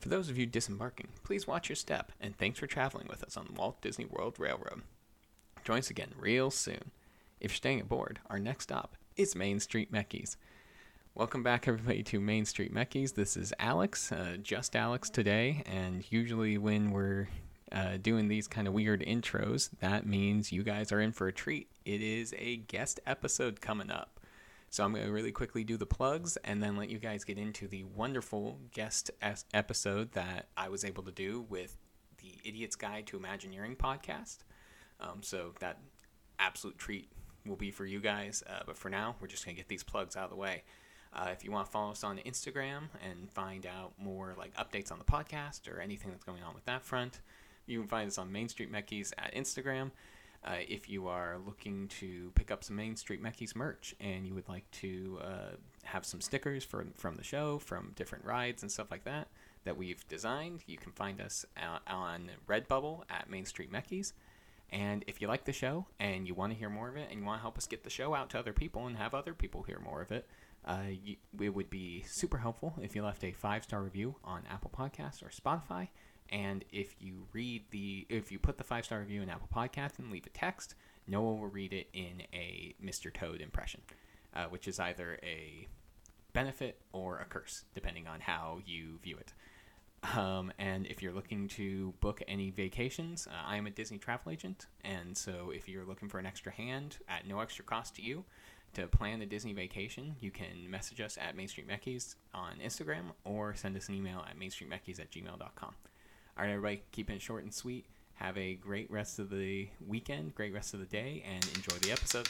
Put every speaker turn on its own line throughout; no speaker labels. For those of you disembarking, please watch your step, and thanks for traveling with us on the Walt Disney World Railroad. Join us again real soon. If you're staying aboard, our next stop is Main Street Meckies. Welcome back, everybody, to Main Street Meckies. This is Alex, uh, just Alex today, and usually when we're uh, doing these kind of weird intros, that means you guys are in for a treat. It is a guest episode coming up. So I'm going to really quickly do the plugs and then let you guys get into the wonderful guest es- episode that I was able to do with the Idiot's Guide to Imagineering podcast. Um, so that absolute treat will be for you guys. Uh, but for now, we're just going to get these plugs out of the way. Uh, if you want to follow us on Instagram and find out more like updates on the podcast or anything that's going on with that front, you can find us on Main Street Meckies at Instagram. Uh, if you are looking to pick up some Main Street Meckies merch and you would like to uh, have some stickers for, from the show, from different rides and stuff like that that we've designed, you can find us out on Redbubble at Main Street Meckies. And if you like the show and you want to hear more of it and you want to help us get the show out to other people and have other people hear more of it, uh, you, it would be super helpful if you left a five star review on Apple Podcasts or Spotify. And if you read the, if you put the five star review in Apple Podcasts and leave a text, Noah will read it in a Mr. Toad impression, uh, which is either a benefit or a curse, depending on how you view it. Um, and if you're looking to book any vacations, uh, I am a Disney travel agent. And so if you're looking for an extra hand at no extra cost to you to plan a Disney vacation, you can message us at Main Street Meckies on Instagram or send us an email at mainstreetmeckies at gmail.com. All right, everybody, keeping it short and sweet. Have a great rest of the weekend, great rest of the day, and enjoy the episode.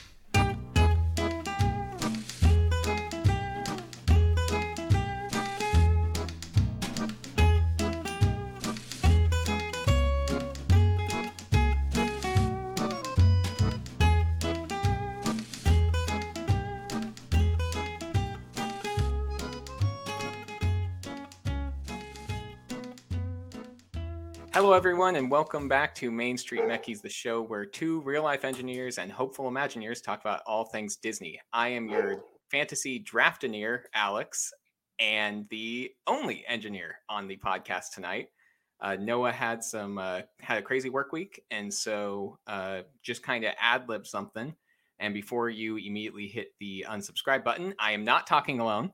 Hello, everyone, and welcome back to Main Street Meckies, the show where two real life engineers and hopeful Imagineers talk about all things Disney. I am your fantasy draftineer, Alex, and the only engineer on the podcast tonight. Uh, Noah had some uh, had a crazy work week, and so uh, just kind of ad lib something. And before you immediately hit the unsubscribe button, I am not talking alone.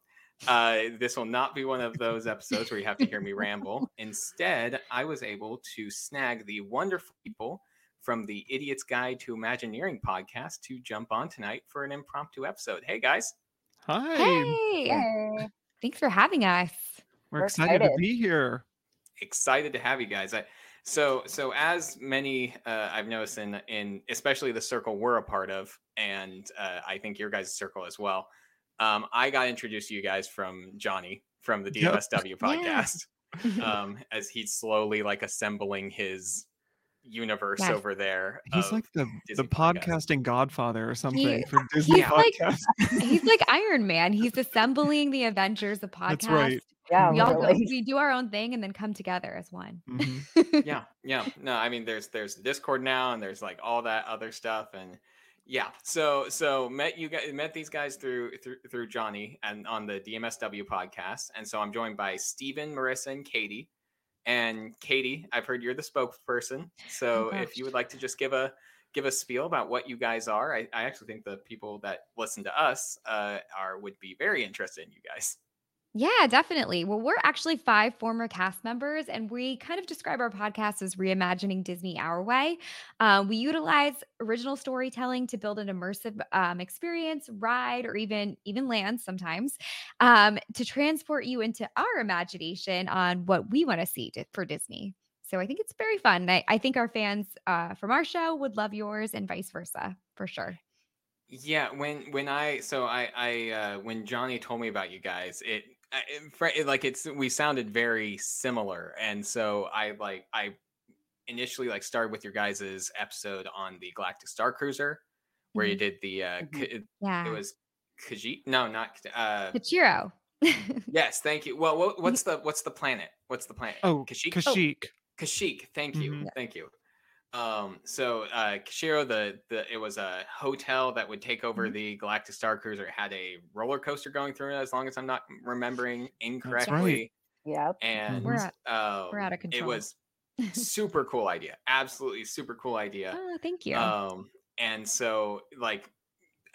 Uh, this will not be one of those episodes where you have to hear me ramble. Instead, I was able to snag the wonderful people from the Idiot's Guide to Imagineering podcast to jump on tonight for an impromptu episode. Hey, guys.
Hi.
Hey, thanks for having us.
We're,
We're
excited, to
excited.
be here.
Excited to have you guys. I, so, so as many uh, I've noticed in, in especially the circle we're a part of, and uh, I think your guys' circle as well. Um, I got introduced to you guys from Johnny from the
Yep.
DFSW podcast. um, as he's slowly like assembling his universe
Yes.
over there.
He's
of-
like the,
Oh, Disney
the
podcast.
podcasting godfather or something
He-
for Disney
he's like-
podcast.
He's like Iron Man. He's assembling the Avengers, the podcast.
That's right.
Yeah,
We all go,
really.
we do our own thing and then come together as one.
Mhm.
yeah, yeah. No, I mean, there's there's Discord now, and there's like all that other stuff, and yeah. So so met you guys met these guys through through through Johnny and on the DMSW podcast, and so I'm joined by Steven, Marissa, and Katie. And Katie, I've heard you're the spokesperson, so if
gosh.
you would like to just give a give a spiel about what you guys are, I, I actually think the people that listen to us uh, are would be very interested in you guys.
Yeah, definitely. Well, we're actually five former cast members, and we kind of describe our podcast as reimagining Disney our way. Uh, we utilize original storytelling to build an immersive um, experience, ride, or even even land sometimes um, to transport you into our imagination on what we want to see di- for Disney. So I think it's very fun. I, I think our fans uh, from our show would love yours, and vice versa for sure.
Yeah, when when I so I I uh, when Johnny told me about you guys, it, I- it, fr- it like it's we sounded very similar, and so I like I initially like started with your guys's episode on the Galactic Star Cruiser, where you did the uh,
Mhm.
K- it-
Yeah,
it was Khajiit. No, not K- uh,
Hachiro.
yes. Thank you. Well, what, what's the what's the planet? What's the planet?
Oh,
Kashyyyk?
Kashik.
Kashik, thank you,
Mhm.
thank you. Um, so uh, Kashiro, the the it was a hotel that would take over the Galactic Star Cruiser. It had a roller coaster going through it, as long as I'm not remembering incorrectly.
Yep.
and
We're out-
um,
we're out of
It
control.
was super cool idea, absolutely super cool idea.
Oh, thank you.
Um, and so like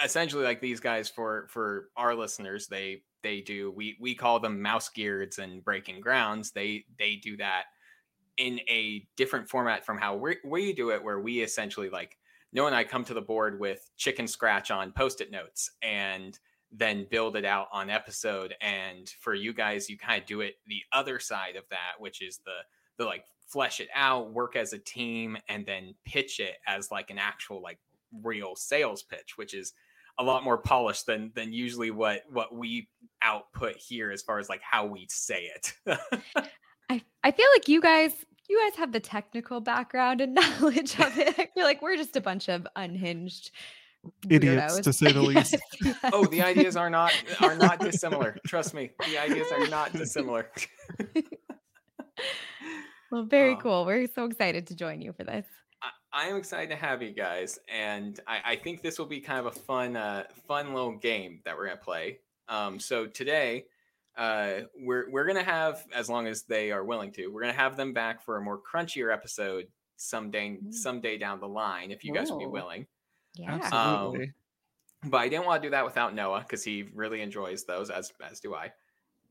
essentially like these guys for for our listeners, they they do we we call them mouse geards and breaking grounds. They they do that in a different format from how we we do it, where we essentially like Noah and I come to the board with chicken scratch on post-it notes and then build it out on episode. And for you guys, you kind of do it the other side of that, which is the the like flesh it out, work as a team, and then pitch it as like an actual like real sales pitch, which is a lot more polished than than usually what what we output here as far as like how we say it.
I, I feel like you guys you guys have the technical background and knowledge of it. I feel like we're just a bunch of unhinged
Idiots,
weirdos.
to say the least.
Yes,
oh,
yes.
the ideas are not are not dissimilar. Trust me, the ideas are not dissimilar.
well, very
Oh.
cool. We're so excited to join you for this.
I, I am excited to have you guys, and I, I think this will be kind of a fun, uh, fun little game that we're gonna play. Um, so today, uh, we're we're gonna have, as long as they are willing to, we're gonna have them back for a more crunchier episode someday,
Mm.
someday down the line, if you guys would be
Ooh.
willing.
Yeah.
Absolutely.
But I didn't want to do that without Noah because he really enjoys those, as as do I.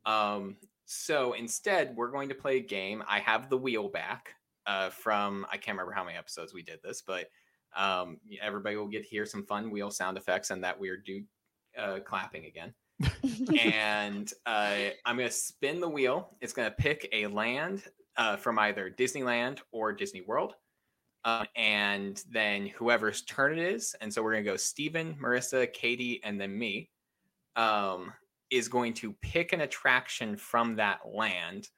Um, so instead, we're going to play a game. I have the wheel back uh, from I can't remember how many episodes we did this, but um, everybody will get to hear some fun wheel sound effects and that weird dude uh, clapping again. and uh, I'm going to spin the wheel. It's going to pick a land uh, from either Disneyland or Disney World. Uh, and then whoever's turn it is, and so we're going to go Steven, Marissa, Katie, and then me, um, is going to pick an attraction from that land.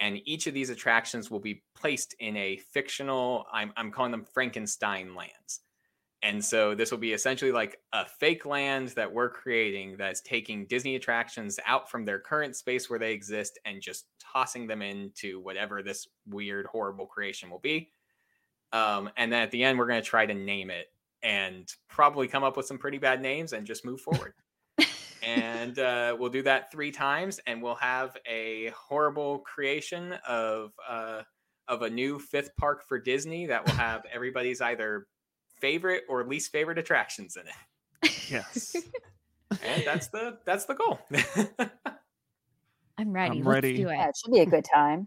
And each of these attractions will be placed in a fictional, I'm, I'm calling them Frankenstein lands. And so this will be essentially like a fake land that we're creating that's taking Disney attractions out from their current space where they exist and just tossing them into whatever this weird, horrible creation will be. Um, and then at the end, we're going to try to name it and probably come up with some pretty bad names and just move forward. and uh, we'll do that three times and we'll have a horrible creation of. Uh, of a new fifth park for Disney that will have everybody's either favorite or least favorite attractions in it
Yes.
and that's the that's the goal
I'm ready.
I'm
Let's
ready.
do it.
Yeah, it should be a good time.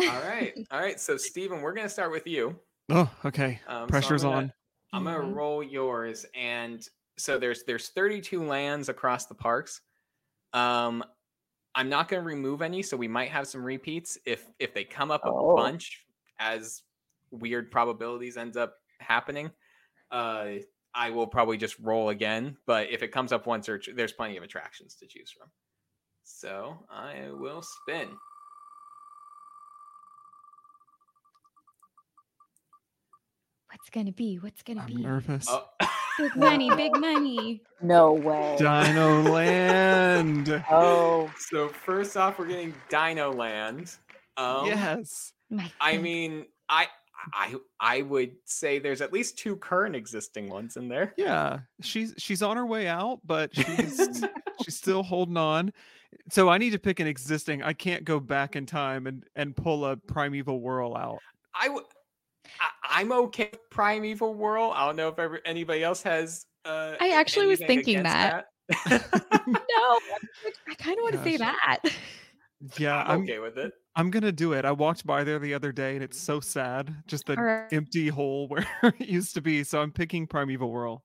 all right all right so steven we're gonna start with you
oh, okay.
um, so I'm
Pressure's
gonna-
on.
i'm gonna
Mhm.
roll yours and so there's there's 32 lands across the parks um i'm not gonna remove any so we might have some repeats if if they come up a
Oh.
bunch as weird probabilities ends up happening uh i will probably just roll again but if it comes up once or t- there's plenty of attractions to choose from so i will spin
What's gonna be? What's gonna
I'm er
be?
nervous.
Oh.
Big money, big money.
No way.
Dino Land.
Oh,
So first off, we're getting Dino Land. Um,
yes.
My
I
favorite.
mean, I I I would say there's at least two current existing ones in there.
Yeah. She's she's on her way out, but she's she's still holding on. So I need to pick an existing. I can't go back in time and and pull a primeval whirl out.
I w- I, am okay with Primeval Whirl. I don't know if ever, anybody else has. Uh,
I actually was
anything
thinking
against
that. no. I kind of want to say that.
Yeah,
I'm
I'm
okay with it.
I'm gonna do it. I walked by there the other day and it's so sad. Just the
All right.
empty hole where it used to be. So I'm picking Primeval Whirl.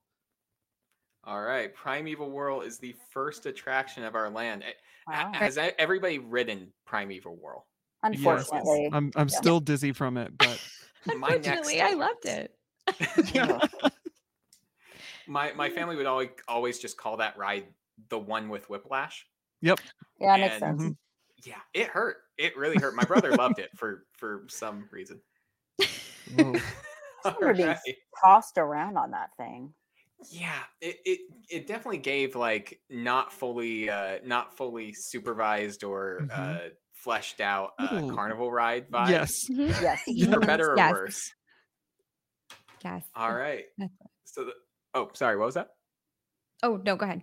All right, Primeval Whirl is the first attraction of our land. Eh, ha-
wow.
Has e- everybody ridden Primeval Whirl?
Yes,
unfortunately.
I'm I'm
Yeah.
still dizzy from it, but
My next
Unfortunately, I
one.
loved it.
yeah.
My my
Mm.
family would always always just call that ride the one with whiplash.
Yeah, it
And-
makes
hmm
sense.
Mhm.
Yeah, it hurt. It really hurt. My brother loved it for for some reason. Oh,
Whoa.
remember being
Alright.
Tossed around on that thing.
Yeah, it, it it definitely gave like not fully uh not fully supervised or
Mhm.
uh fleshed out uh,
Little-
carnival ride vibe.
Yes.
Mhm.
Yes.
For better or
Yes.
worse.
Yes.
All right.
That's
So the, oh, sorry, what was that?
Oh no, go ahead.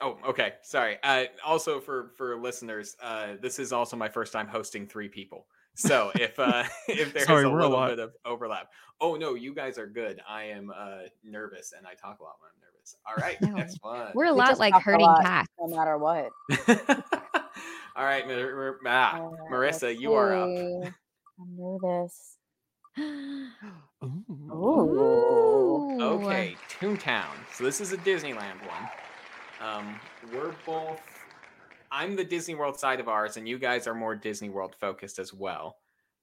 Oh, okay. Sorry. Uh, also, for for listeners, uh, this is also my first time hosting three people. So if uh, if there's
Sorry,
a
we're a
little
lot.
bit of overlap, oh no, you guys are good. I am uh, nervous and I talk a lot when I'm nervous. All right,
No.
next one.
We're a
You
lot
just
like
talk a
herding
lot.
cats.
no matter what.
All right, Mar- Mar- ah,
Oh,
Uh,
Marissa,
let's
you are up.
see. I'm nervous.
Ooh.
Ooh.
Ooh.
Okay, Toontown. So this is a Disneyland one. Um, we're both. I'm the Disney World side of ours, and you guys are more Disney World focused as well.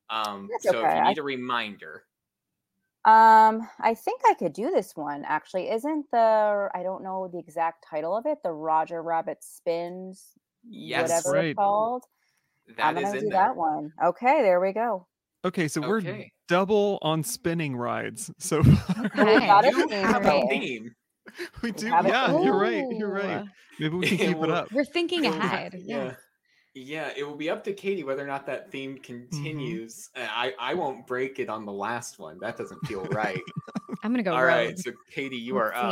Um,
That's
so if
okay,
you
I-
need a reminder,
Um, I think I could do this one actually. Isn't the I don't know the exact title of it, the Roger Rabbit spins,
yes,
whatever
Right.
it's called. I'm
that
gonna
is
do
in there.
that one. Okay, there we go.
Okay, so we're
Okay.
double on spinning rides so far.
Well, we
Okay.
got a
You
theme
have a
right?
theme.
we do.
have it
Yeah, you're right. You're right.
Ooh.
Maybe we can
It
keep it
will-
up.
We're thinking
It will be-
ahead. Yeah.
yeah. It will be up to Katie whether or not that theme continues. Uh, I I won't break it on the last one. That doesn't feel right.
I'm gonna go.
All right,
rogue.
so Katie, you
Let's
are up.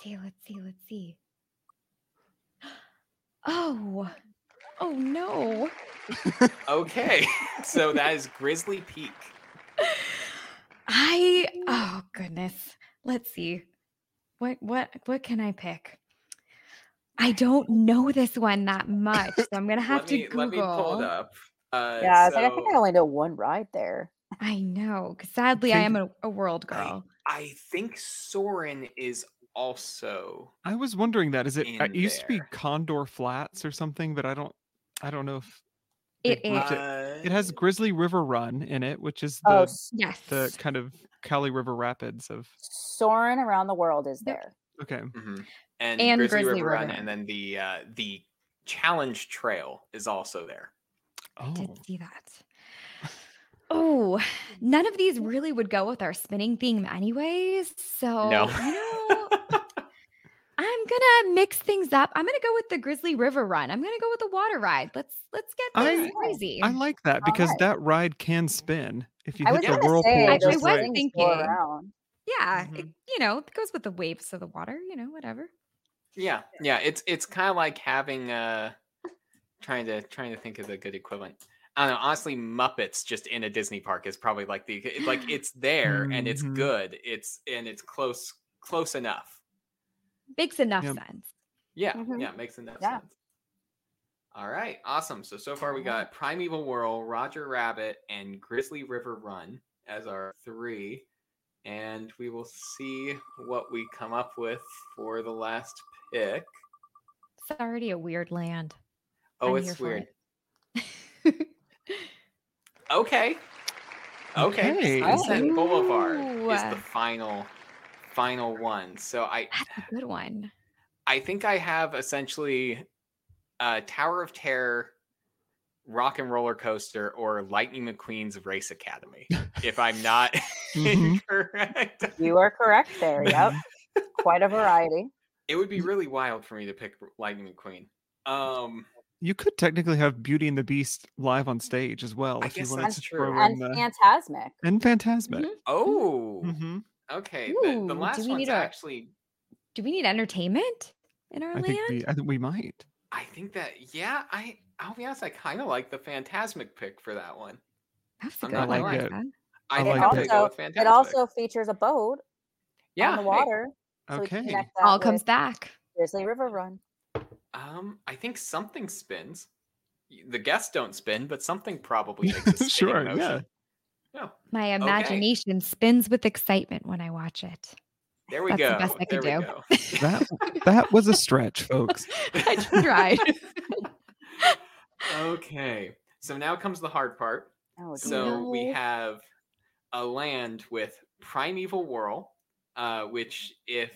see. Let's see. Let's see. Let's see. Oh. Oh no.
Okay, so that is Grizzly Peak.
I oh goodness. Let's see. What what what can I pick? I don't know this one that much, so I'm gonna have
let
to
me,
Google.
Let me pull it up. Uh,
Yeah, I, was
so
like, I think I only know one ride there.
I know. 'cause Sadly, I am a, a world
I-
girl.
I think Soren is also.
I was wondering that is it? uh,
In
It used to be
there.
Condor Flats or something, but I don't. I don't know if
It
they've moved
is.
It has
Uh,
Grizzly River Run in it, which is the
Oh, S-
Yes.
the kind of Cali River Rapids of.
Soarin' around the world is
Yep.
there.
Okay,
mhm. and,
And
Grizzly,
Grizzly
River
River
Run,
Run.
and then the uh, the Challenge Trail is also there.
I did
Oh.
see that. Oh, none of these really would go with our spinning theme anyways. So you know, I'm gonna mix things up. I'm gonna go with the Grizzly River run. I'm gonna go with the water ride. Let's let's get
I-
things crazy.
I like that because
Alright.
that ride can spin if you
I
hit
was
the
gonna
gonna
whirlpool.
I-
say
I
those
just
was
right.
things go
thinking.
around.
yeah,
Mhm.
it, you know, it goes with the waves of the water, you know, whatever.
yeah, yeah. It's it's kind of like having uh, trying to trying to think of a good equivalent. I don't know. Honestly, Muppets just in a Disney park is probably like the it- like it's there and it's
Mm-hmm.
Mhm.
good. It's and it's close close enough.
Makes enough
Yep.
sense.
Yeah,
Mm-hmm.
Mhm.
yeah, makes enough
Yeah.
sense. All right, awesome. So so far we got
Alright.
Primeval Whirl, Roger Rabbit, and Grizzly River Run as our three, and we will see what we come up with for the last pick.
It's already a weird land.
Oh,
I'm here
it's
for
weird.
it.
Okay. Okay.
Okay.
Sunset Boulevard is
Ooh.
the final final one. So I
That's a good one.
I think I have essentially uh, Tower of Terror, Rock and Roller Coaster, or Lightning McQueen's Race Academy. If I'm not
Mhm.
incorrect,
You are correct there. Yep. Quite a variety.
it would be
Mm-hmm.
really wild for me to pick Lightning McQueen. Um,
Mm-hmm.
You could technically have Beauty and the Beast live on stage as well
I
if you
guess
wanted
that's
to
true.
throw in
And
the
Phantasmic.
and Fantasmic.
Mm-hmm.
oh,
Mhm.
okay. the,
Ooh,
the
do
last
we
one's
need a-
actually.
Do we need entertainment in our
I
land?
think we I think we might.
I think that yeah. I I'll be honest. I kind of like the Phantasmic pick for that one.
That's a
I'm
good
not
one.
gonna
I
lie.
like that.
I,
I
think I'm
like
gonna
that.
go with
It
Fantasmic.
also features a boat
yeah.
on the
hey,
water. So we
Okay.
connect that
All
with
comes back.
Grizzly River Run.
Um, I think something spins. Y- The guests don't spin, but something probably makes a spinning
Sure, yeah.
motion. Oh, Yeah.
My imagination spins with excitement when I watch it.
There we
That's the
go.
best I
there
could
we
do.
go.
That that was a stretch, folks.
I tried.
Okay. So now comes the hard part.
Oh, dear.
So we
No.
have a land with Primeval Whirl, uh, which if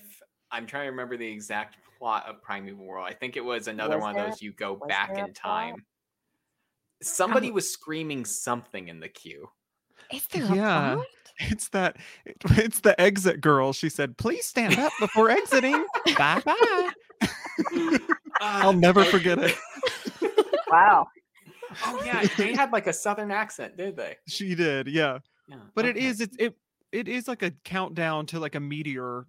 I'm trying to remember the exact plot of Primeval Whirl, I think it was another
Was
one
there-
of those you go
was
back
there a
in
plot?
time. Somebody
Probably-
was screaming something in the queue.
Is there a
Yeah.
plot?
It's that it- it's the exit girl. She said, "Please stand up before exiting." bye bye.
Uh,
I'll never
forget.
forget it.
wow.
Oh yeah, they had like a southern accent, did they?
She did, yeah.
Yeah.
But it is it's it it is like a countdown to like a meteor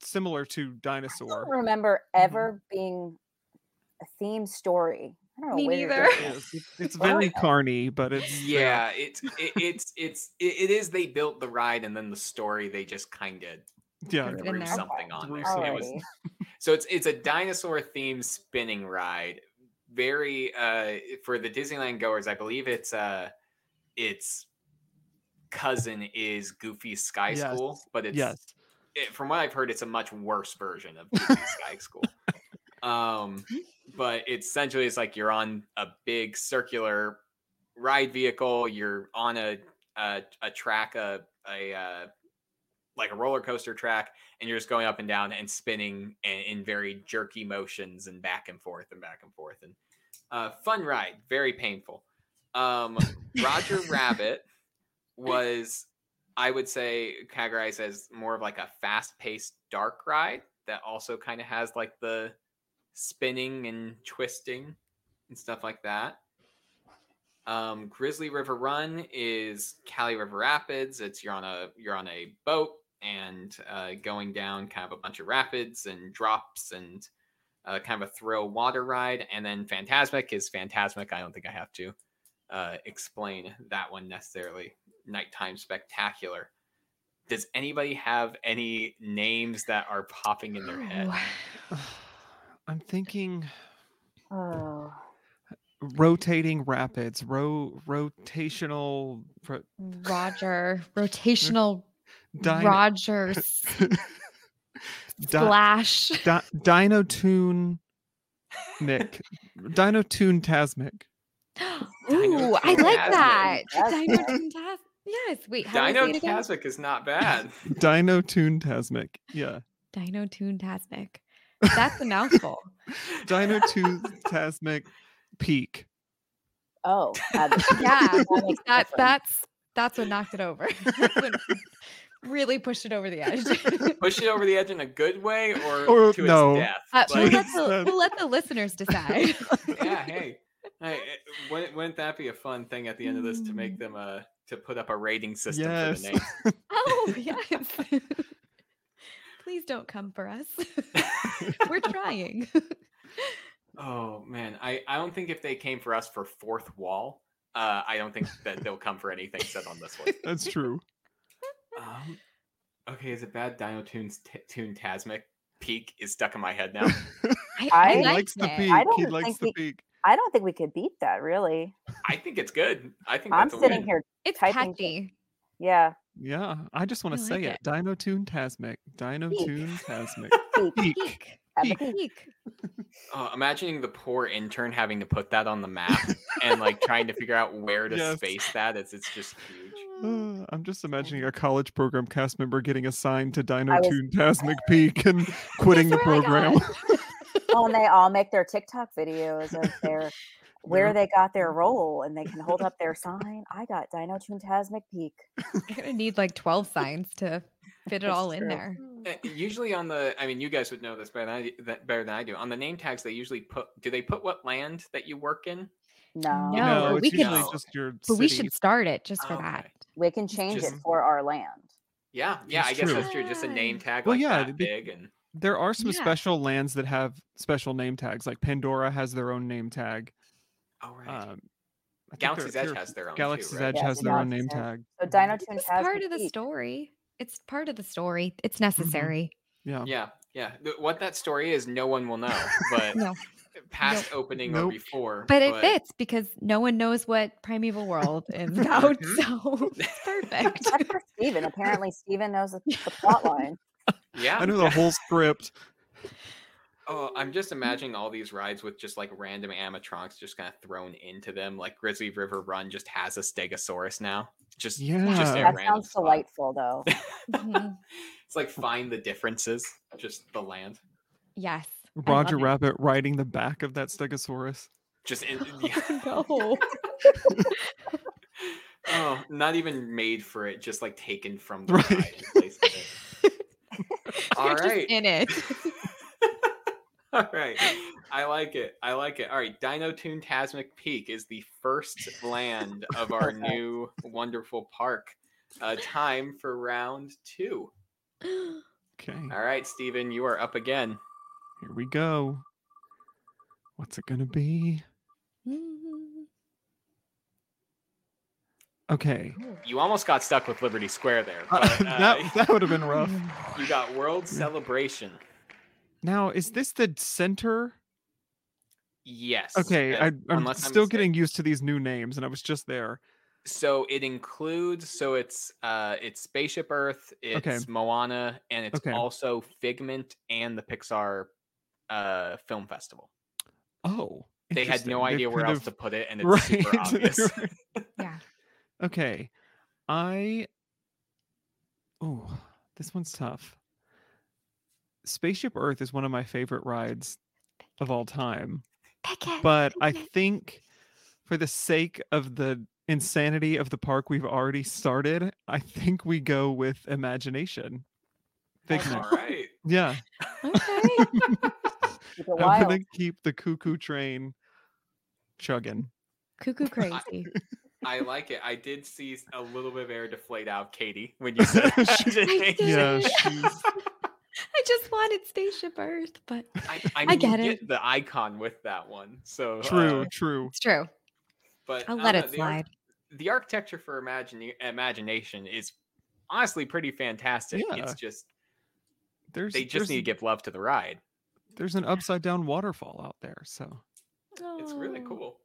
similar to
don't
Dinosaur.
remember
Mm-hmm.
ever being a theme story. I don't know.
Me
where you're
neither.
getting this.
It's, it's
Well,
very
yeah.
carny, but it's there.
yeah it's it, it's it's it, it is they built the ride and then the story they just kind of
yeah.
Put it in
threw
there.
something on
Threw
there it was
Alrighty.
So it's it's a dinosaur themed spinning ride. Very uh for the Disneyland goers, I believe it's uh its cousin is Goofy Sky
Yes,
School, but it's
Yes.
it, from what I've heard, it's a much worse version of Goofy Sky School. Um, but it's essentially it's like you're on a big circular ride vehicle. You're on a a, a track, a a uh, like a roller coaster track, and you're just going up and down and spinning in, in very jerky motions and back and forth and back and forth and uh, fun ride, very painful. Um, Roger Rabbit was I would say categorized as more of like a fast paced dark ride that also kind of has like the spinning and twisting and stuff like that. Um, Grizzly River Run is Cali River Rapids. It's you're on a you're on a boat and uh, going down kind of a bunch of rapids and drops and uh, kind of a thrill water ride. And then Phantasmic is Phantasmic. I don't think I have to uh, explain that one necessarily. Nighttime Spectacular. Does anybody have any names that are popping in their head?
I'm thinking
Oh.
rotating rapids, ro- rotational ro-
Roger, rotational
dino,
Rogers
di-
slash.
di- dino tune Nick, dino tune Tasmic.
Ooh, I
Dinotasmic.
like that. Dino
Dinotasmic.
Tasmic. Yes. Wait, how do I
Dino
say it again?
Tasmic is not bad.
Dino tune Tasmic. Yeah.
Dino Tune Tasmic. That's a mouthful.
Dino tune Tasmic peak.
Oh. uh, th-
Yeah,
makes a
That
difference.
that's that's what knocked it over. That's what really pushed it over the edge.
Push it over the edge in a good way or,
Or-
to
no.
its death.
Uh, we'll,
Like,
let the, we'll let the listeners decide.
yeah, hey, hey, eh, wouldn't, wouldn't that be a fun thing at the end of this to make
Mm.
them uh to put up a rating system
Yes.
for the names?
oh yes. Please don't come for us. We're trying.
Oh man, I I don't think if they came for us for fourth wall, uh, I don't think that they'll come for anything said on this one.
That's true.
Um, okay, is it bad? Dino Tunes t- Tune Tasmic Peak is stuck in my head now.
I,
I
He
liked
likes the
it.
peak.
I
He
don't
likes
think
the
we-
peak.
I don't think we could beat that, really.
I think it's good. I think
I'm
that's a
sitting
win.
here.
It's
typing-
catchy.
Yeah.
Yeah. I just want
I
to
like
say
it.
it. Dino tune Tasmic. Dino
Peak.
tune Tasmic.
Peak.
peak.
Peak.
at the
Peak.
peak.
Peak.
Uh, imagining the poor intern having to put that on the map and like trying to figure out where to
Yes.
space that. It's it's just huge.
Uh, I'm just imagining a college program cast member getting assigned to Dino
I was-
Tune Tasmic Peak and quitting the
That's where I
program.
got.
Oh, and they all make their TikTok videos of their where they got their role and they can hold up their sign. I got Dino Tune Tasmic Peak.
You're gonna need like 12 signs to fit it
That's
all in
true.
there.
Uh, Usually on the, I mean, you guys would know this better than I, that, better than I do. On the name tags, they usually put. Do they put what land that you work in?
No.
No, but
it's
we could-
usually
No.
just your
But we
city.
should start it just for
Okay.
that.
We can change it
just-
for our land.
Yeah, yeah. I
That's
guess
true.
that's true. Just a name tag.
Well,
like
yeah,
that
it'd be-
big and
There are some
Yeah.
special lands that have special name tags. Like Pandora has their own name tag.
oh right.
Um, I think there-
Galaxy's
there
Edge
are-
has their own.
Galaxy's
too, right?
Edge
Yeah,
has
the
their own name
Galaxy's Edge.
tag. Mm,
So Dino Tune
Mm-hmm. It's
Tasmic
part of the
Peak.
story. It's part of the story. It's
Mm-hmm.
necessary.
Yeah.
Yeah, yeah. Th- What that story is, no one will know. But
No.
past opening
Nope.
or before.
But it fits because no one knows what Primeval World is about.
Mhm.
So it's perfect.
That's for Steven. Apparently Steven knows the, the plot line.
Yeah.
I know the whole script.
Oh, I'm just imagining all these rides with just like random animatronics just kind of thrown into them. Like Grizzly River Run just has a Stegosaurus now. Just
Yeah.
a
That
random
sounds
spot.
delightful though.
Mhm.
It's like find the differences, just the land.
Yes. I love
Roger
it.
Rabbit riding the back of that Stegosaurus.
Just in, yeah.
Oh,
oh, not even made for it, just like taken from the
Right.
ride and placed in it.
no.
All
You're just
right.
in it.
All right. I like it. I like it. All right. Dino Toon Tasmic Peak is the first land of our
Perfect.
new wonderful park. Uh, time for round two.
Okay.
All right, Steven, you are up again.
Here we go. What's it gonna be? Okay.
You almost got stuck with Liberty Square there.
Uh,
But, uh,
that that would have been rough.
Mm-hmm.
You got World Celebration.
Now, is this the center?
Yes.
Okay,
uh,
I, I'm
unless I'm
still
mistaken.
getting used to these new names, and I was just there.
So it includes so it's uh it's Spaceship Earth, it's
Okay.
Moana, and it's
Okay.
also Figment and the Pixar uh film festival.
Oh,
They had
interesting.
no
They
idea where
could
else
have-
to put it, and it's
Right.
super obvious.
right.
Yeah.
Okay. I. Oh, this one's tough. Spaceship Earth is one of my favorite rides of all time,
Pick it.
but I
pick it.
think for the sake of the insanity of the park we've already started, I think we go with imagination. Figment.
All right.
Yeah.
Okay.
Keep it
I'm
wild.
going to keep the cuckoo train chugging.
Cuckoo crazy.
I like it. I did see a little bit of air deflate out, Katie, when you said imagination.
Yeah.
Yay.
she's-
I just wanted Spaceship Earth, but
I, I, mean,
get
you
it.
get the icon with that one. So uh,
True, true.
it's true.
but
I'll
I
let
don't know,
it
the arch-
slide.
the architecture for imagine imagination is honestly pretty fantastic.
Yeah.
It's just
There's
they
there's-
just need to give love to the ride.
there's an upside down waterfall out there. So
It's really
Oh.
cool.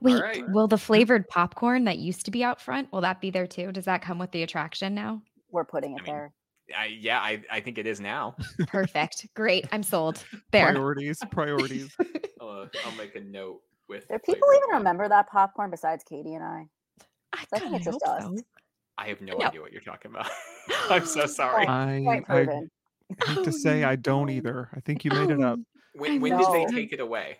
Wait,
right.
will the flavored popcorn that used to be out front, will that be there too? Does that come with the attraction now?
We're putting
I
it
mean,
there.
I, yeah, I, I think it is now.
Perfect. Great. I'm sold. There.
priorities, priorities.
I'll, uh, I'll make a note with.
Do people
flavor.
uh,
even remember that popcorn besides Katie and I?
I
I think
kinda
it's just
hope
us.
so.
I have no,
No.
idea what you're talking about. I'm so sorry.
Oh,
I,
Quite
I
proven.
hate
Oh,
to say I don't
no.
either. I think you made it up.
When, when did they
know.
take it away?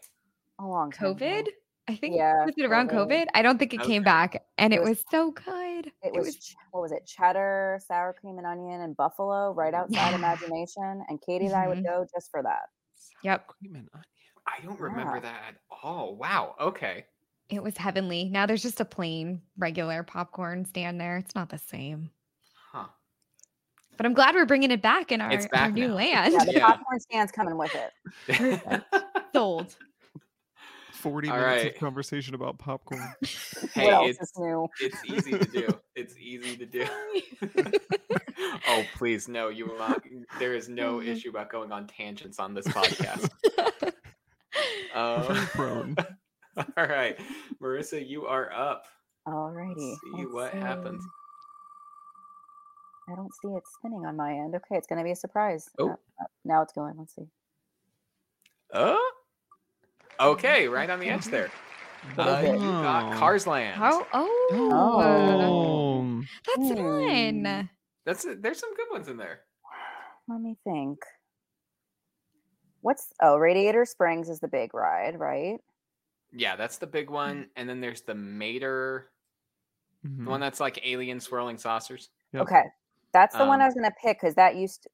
A long time ago.
COVID. I think
Mm-hmm. Yeah,
was it around
COVID.
COVID? I don't think it
Okay.
came back, and
It
it
was-
was so good.
It was, ch what was it? Cheddar, sour cream, and onion, and buffalo right
Mm-hmm.
outside
Yeah.
imagination. And Katie and I would
Mhm.
go just for that.
Yep,
Cream and onion.
I don't remember
Yeah.
that at all. Wow. Okay.
it was heavenly. Now there's just a plain regular popcorn stand there. It's not the same,
Huh.
but I'm glad we're bringing it back in our,
It's
our
back
new
now.
land.
Yeah, the
Yeah.
popcorn stand's coming with it.
Sold.
Forty
All
minutes
right.
of conversation about popcorn.
hey,
what else
it's,
is new?
it's easy to do. It's easy to do. oh, please. No, you will not. There is no
Mm-hmm.
Mhm.
issue about going on tangents on this podcast.
Very
Um,
prone.
all right. Marissa, you are up.
Alrighty.
see
let's
what happens.
I don't see it spinning on my end. Okay, it's gonna be a surprise.
Oh.
Uh, uh, now it's going. Let's see.
Uh?
Oh. Okay, right on the edge there.
What is
Uh,
it?
you got
Oh.
Cars Land.
oh, oh,
Oh,
that's fun.
That's it. There's some good ones in there.
Let me think. What's oh Radiator Springs is the big ride, right?
Yeah, that's the big one. And then there's the Mater, the
mhm.
one that's like alien swirling saucers.
Yep.
Okay, that's the one I
Um,
was gonna pick because that used.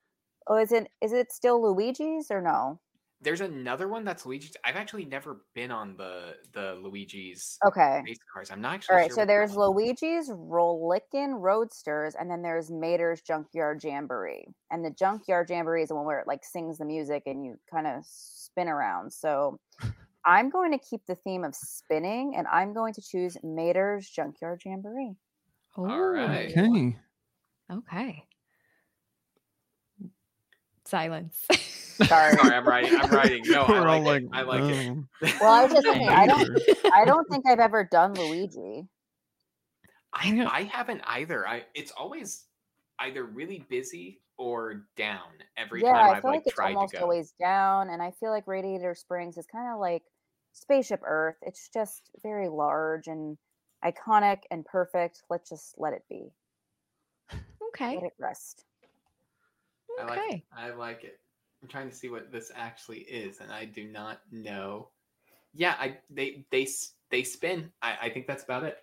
oh, is it is it still Luigi's or no?
There's another one that's Luigi's. I've actually never been on the the Luigi's
Okay,
race cars. I'm not actually
all right.
sure
So
what that
there's
one-
Luigi's Rollickin Roadsters, and then there's Mater's Junkyard Jamboree. And the Junkyard Jamboree is the one where it like sings the music and you kind of spin around. So I'm going to keep the theme of spinning, and I'm going to choose Mater's Junkyard Jamboree.
All right.
Okay.
Oh. Okay. Silence.
Sorry.
Sorry, I'm writing. I'm writing. No, I
We're all
like, it. I like it.
oh,
Well, I was just thinking, I don't,
neither.
I don't think I've ever done Luigi.
I, I haven't either. I it's always either really busy or down every
yeah,
time
I
I've
feel
like,
like it's
tried
almost
to go.
always down, and I feel like Radiator Springs is kind of like Spaceship Earth. It's just very large and iconic and perfect. Let's just let it be.
okay.
Let it rest.
I like
Okay.
it. I like it. I'm trying to see what this actually is, and I do not know. Yeah, I they they s- they spin. I, I think that's about it.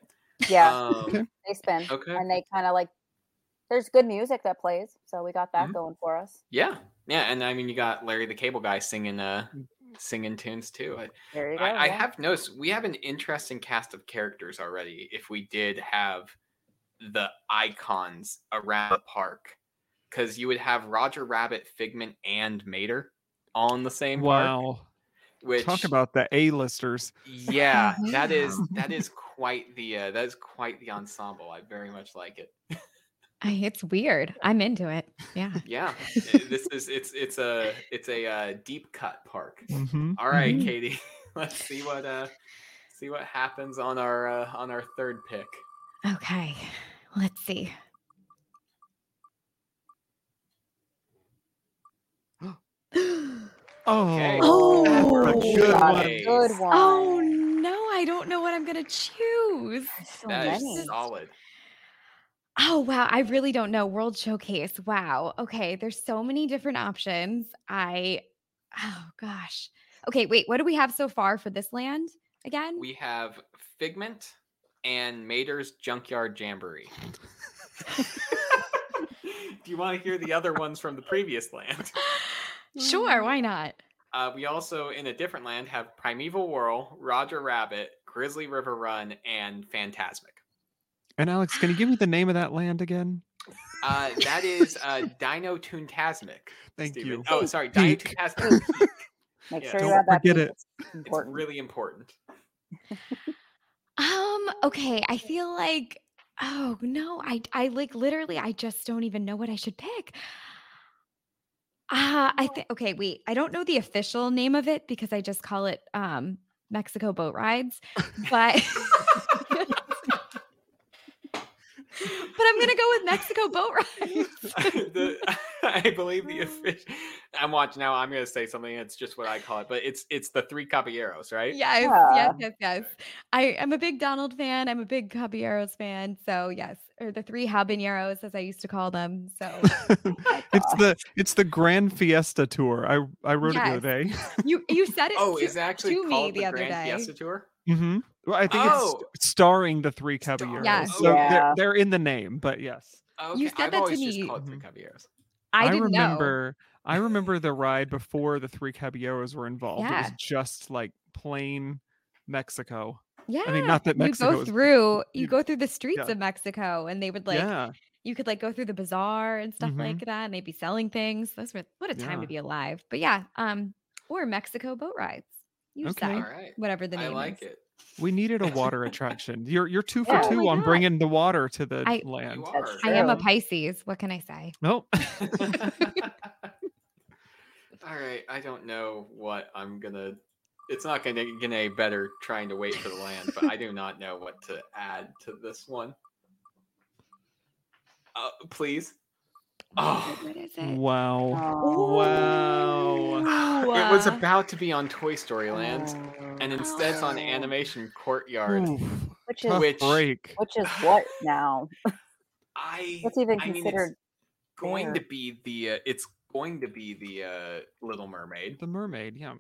Yeah,
Um,
Okay.
they spin,
okay.
and they kind of like. There's good music that plays, so we got that
Mhm.
going for us.
Yeah, yeah, and I mean you got Larry the Cable Guy singing uh singing tunes too. I,
There you go.
I, I
yeah.
have noticed we have an interesting cast of characters already. If we did have the icons around the park, because you would have Roger Rabbit, Figment, and Mater all in the same park.
Wow.
Which
Talk about the A-listers.
yeah, that is that is quite the uh, that is quite the ensemble. I very much like it.
I- It's weird. I'm into it. Yeah.
Yeah, i- this is it's it's a it's a uh, deep cut park.
Mm-hmm.
All right,
Mhm.
Katie, let's see what uh see what happens on our uh, on our third pick.
Okay. Let's see.
Oh,
Okay.
Oh.
a good
Got
one.
a good one.
oh no, I don't know what I'm gonna choose.
So
That is
many.
solid.
Oh wow, I really don't know. World Showcase. Wow. Okay, there's so many different options. I oh gosh. Okay, wait, what do we have so far for this land again?
We have Figment and Mater's Junkyard Jamboree. Do you want to hear the other ones from the previous land?
sure, why not?
Uh, we also, in a different land, have Primeval Whirl, Roger Rabbit, Grizzly River Run, and Phantasmic.
And Alex, can you give me the name of that land again?
Uh, that is uh, Dino Toontasmic.
Thank
Steven.
you.
Oh, sorry, Dino
Peak.
Toontasmic. Peak.
Make
Yeah.
sure you
Don't
have that.
forget
because
it.
it's
It's
Important.
really important.
Um, okay, I feel like oh no, I I like literally I just don't even know what I should pick. Uh, I think okay, wait. I don't know the official name of it because I just call it um Mexico boat rides, but But I'm gonna go with Mexico boat rides.
the, I believe the official. I'm watching now. I'm going to say something. It's just what I call it, but it's it's the three caballeros, right?
Yes,
Yeah.
yes, yes, yes. I am a big Donald fan. I'm a big Caballeros fan. So yes, or the three habaneros as I used to call them. So
it's the it's the Grand Fiesta tour. I I wrote it the other day.
you you said it.
Oh,
to-
is it actually
to me
called
the
the
other
Grand
day.
Fiesta Tour?
Mm-hmm. Well, I think
Oh.
it's st- starring the three caballeros.
Yes.
So
Yeah.
they're, they're in the name, but yes.
Oh,
You said
I've
that to
always just
me.
called three caballeros.
I didn't know.
remember I remember the ride before the three caballeros were involved. It was
Yeah.
just like plain Mexico.
Yeah,
mean, not that Mexico
you go
is-
through you
you-
go through the streets
yeah.
of Mexico, and they would like
yeah.
you could like go through the bazaar and stuff
Mhm.
like that, and they'd be selling things. Those were what a time
Yeah.
to be alive. But yeah, um, or Mexico boat rides. You
Okay.
All
decide
right.
whatever the
I
name
like
is.
it.
We needed a water attraction. You're you're two
Yeah.
for
Oh
two
my
on
God.
bringing the water to the
I-
land. Oh,
You
That's
are.
I am a
True.
Pisces. What can I say?
Nope.
All right, I don't know what I'm gonna. It's not gonna get any better trying to wait for the land, but I do not know what to add to this one. Uh, please. Oh,
What is it?
Wow.
Oh.
Wow.
it was
Ooh, uh,
about to be on Toy Story Land, and
Oh.
instead it's on Animation Courtyard.
Oof.
Which is
Tough
Which-
break.
which is what now?
I
What's even
I mean, it's
considered
going to
fair?
be the. Uh, it's going to be the uh, Little Mermaid,
The mermaid, yeah.